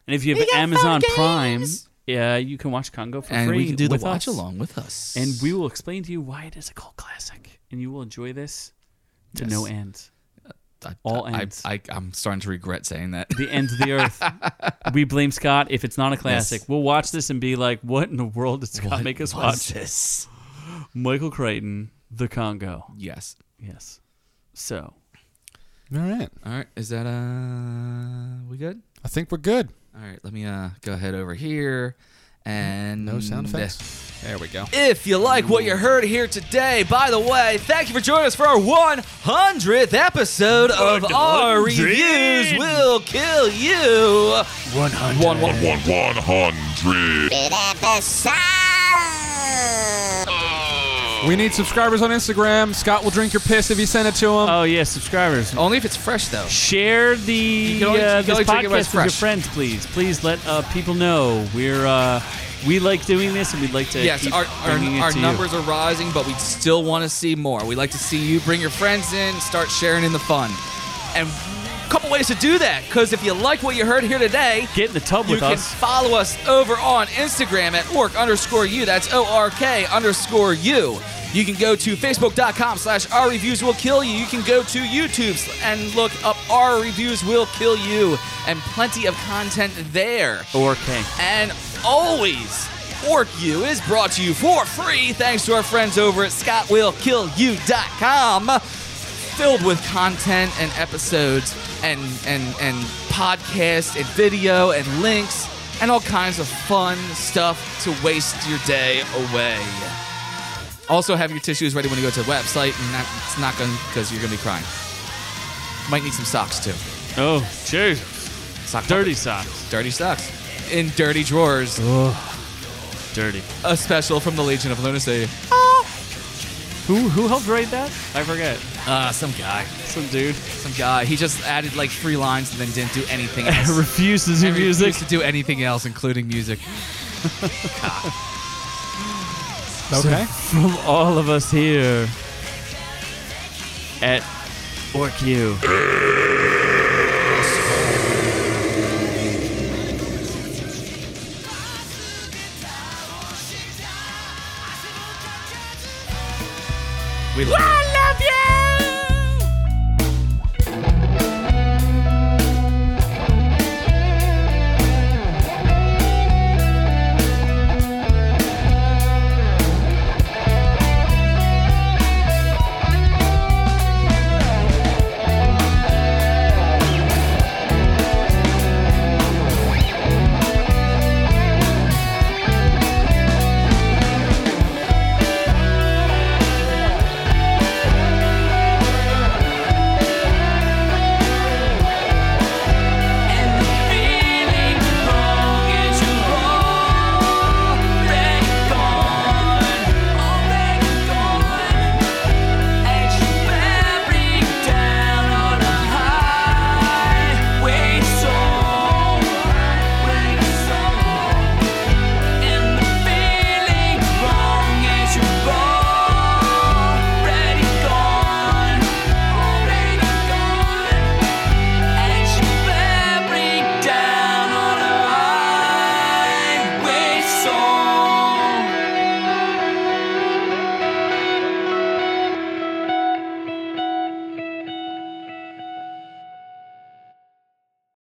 A: And if you have
C: We got
A: Amazon
C: fun
A: Prime,
C: games.
A: yeah, you can watch Congo for
C: And
A: free.
C: we can do the
A: with
C: watch
A: us.
C: along with us.
A: And we will explain to you why it is a cult classic. And you will enjoy this to no end.
C: I,
A: all
C: I,
A: ends.
C: I, I, am starting to regret saying that.
A: The end of the earth. we blame Scott if it's not a classic.
C: Yes.
A: We'll watch this and be like, what in the world did Scott make us watch?
C: this.
A: Michael Crichton, The Congo.
C: Yes.
A: Yes. So,
B: All right.
C: All right. Is that uh? We good?
B: I think we're good.
C: All right. Let me uh go ahead over here. And
B: No sound effects. Mm, There we go.
C: If you like what you heard here today, by the way, thank you for joining us for our 100th episode of our
A: 100.
C: reviews will kill you. 100. One, one,
I: One one hundred.
B: We need subscribers on Instagram. Scott will drink your piss if you send it to him.
A: oh, yeah, subscribers.
C: Only if it's fresh though.
A: Share the
C: can only-
A: uh,
C: you can
A: this
C: only drink it
A: podcast
C: when it's
A: with your
C: fresh.
A: friends, please. Please let uh, people know we're uh, we like doing this, and we'd like to
C: Yes,
A: keep
C: our, our,
A: bringing it
C: our
A: to you.
C: numbers are rising, but we still want to see more. We like to see you bring your friends in, start sharing in the fun. And a couple ways to do that, because if you like what you heard here today,
A: Get in the tub
C: you
A: with
C: can
A: us.
C: follow us over on Instagram at orc underscore you. That's O R K underscore you. You can go to facebook.com slash our reviews will kill you. You can go to YouTube and look up our reviews will kill you and plenty of content there.
A: Or K.
C: And always, Orc U is brought to you for free thanks to our friends over at ScottWillKillYou.com. Filled with content and episodes and and and podcasts and video and links and all kinds of fun stuff to waste your day away. Also, have your tissues ready when you go to the website, and that, it's not going because you're going to be crying. Might need some socks too.
A: Oh, cheers.
C: Sock
A: Dirty
C: puppets.
A: socks.
C: dirty socks, in dirty drawers.
A: Dirty.
C: a special from the Legion of Lunacy.
A: Who who helped write that? I forget.
C: Uh, some guy.
A: Some dude.
C: Some guy. He just added like three lines and then didn't do anything else. And
A: Refused to do
C: refused
A: music.
C: to do anything else, including music.
B: okay.
A: From all of us here at Orc U.
C: We love you.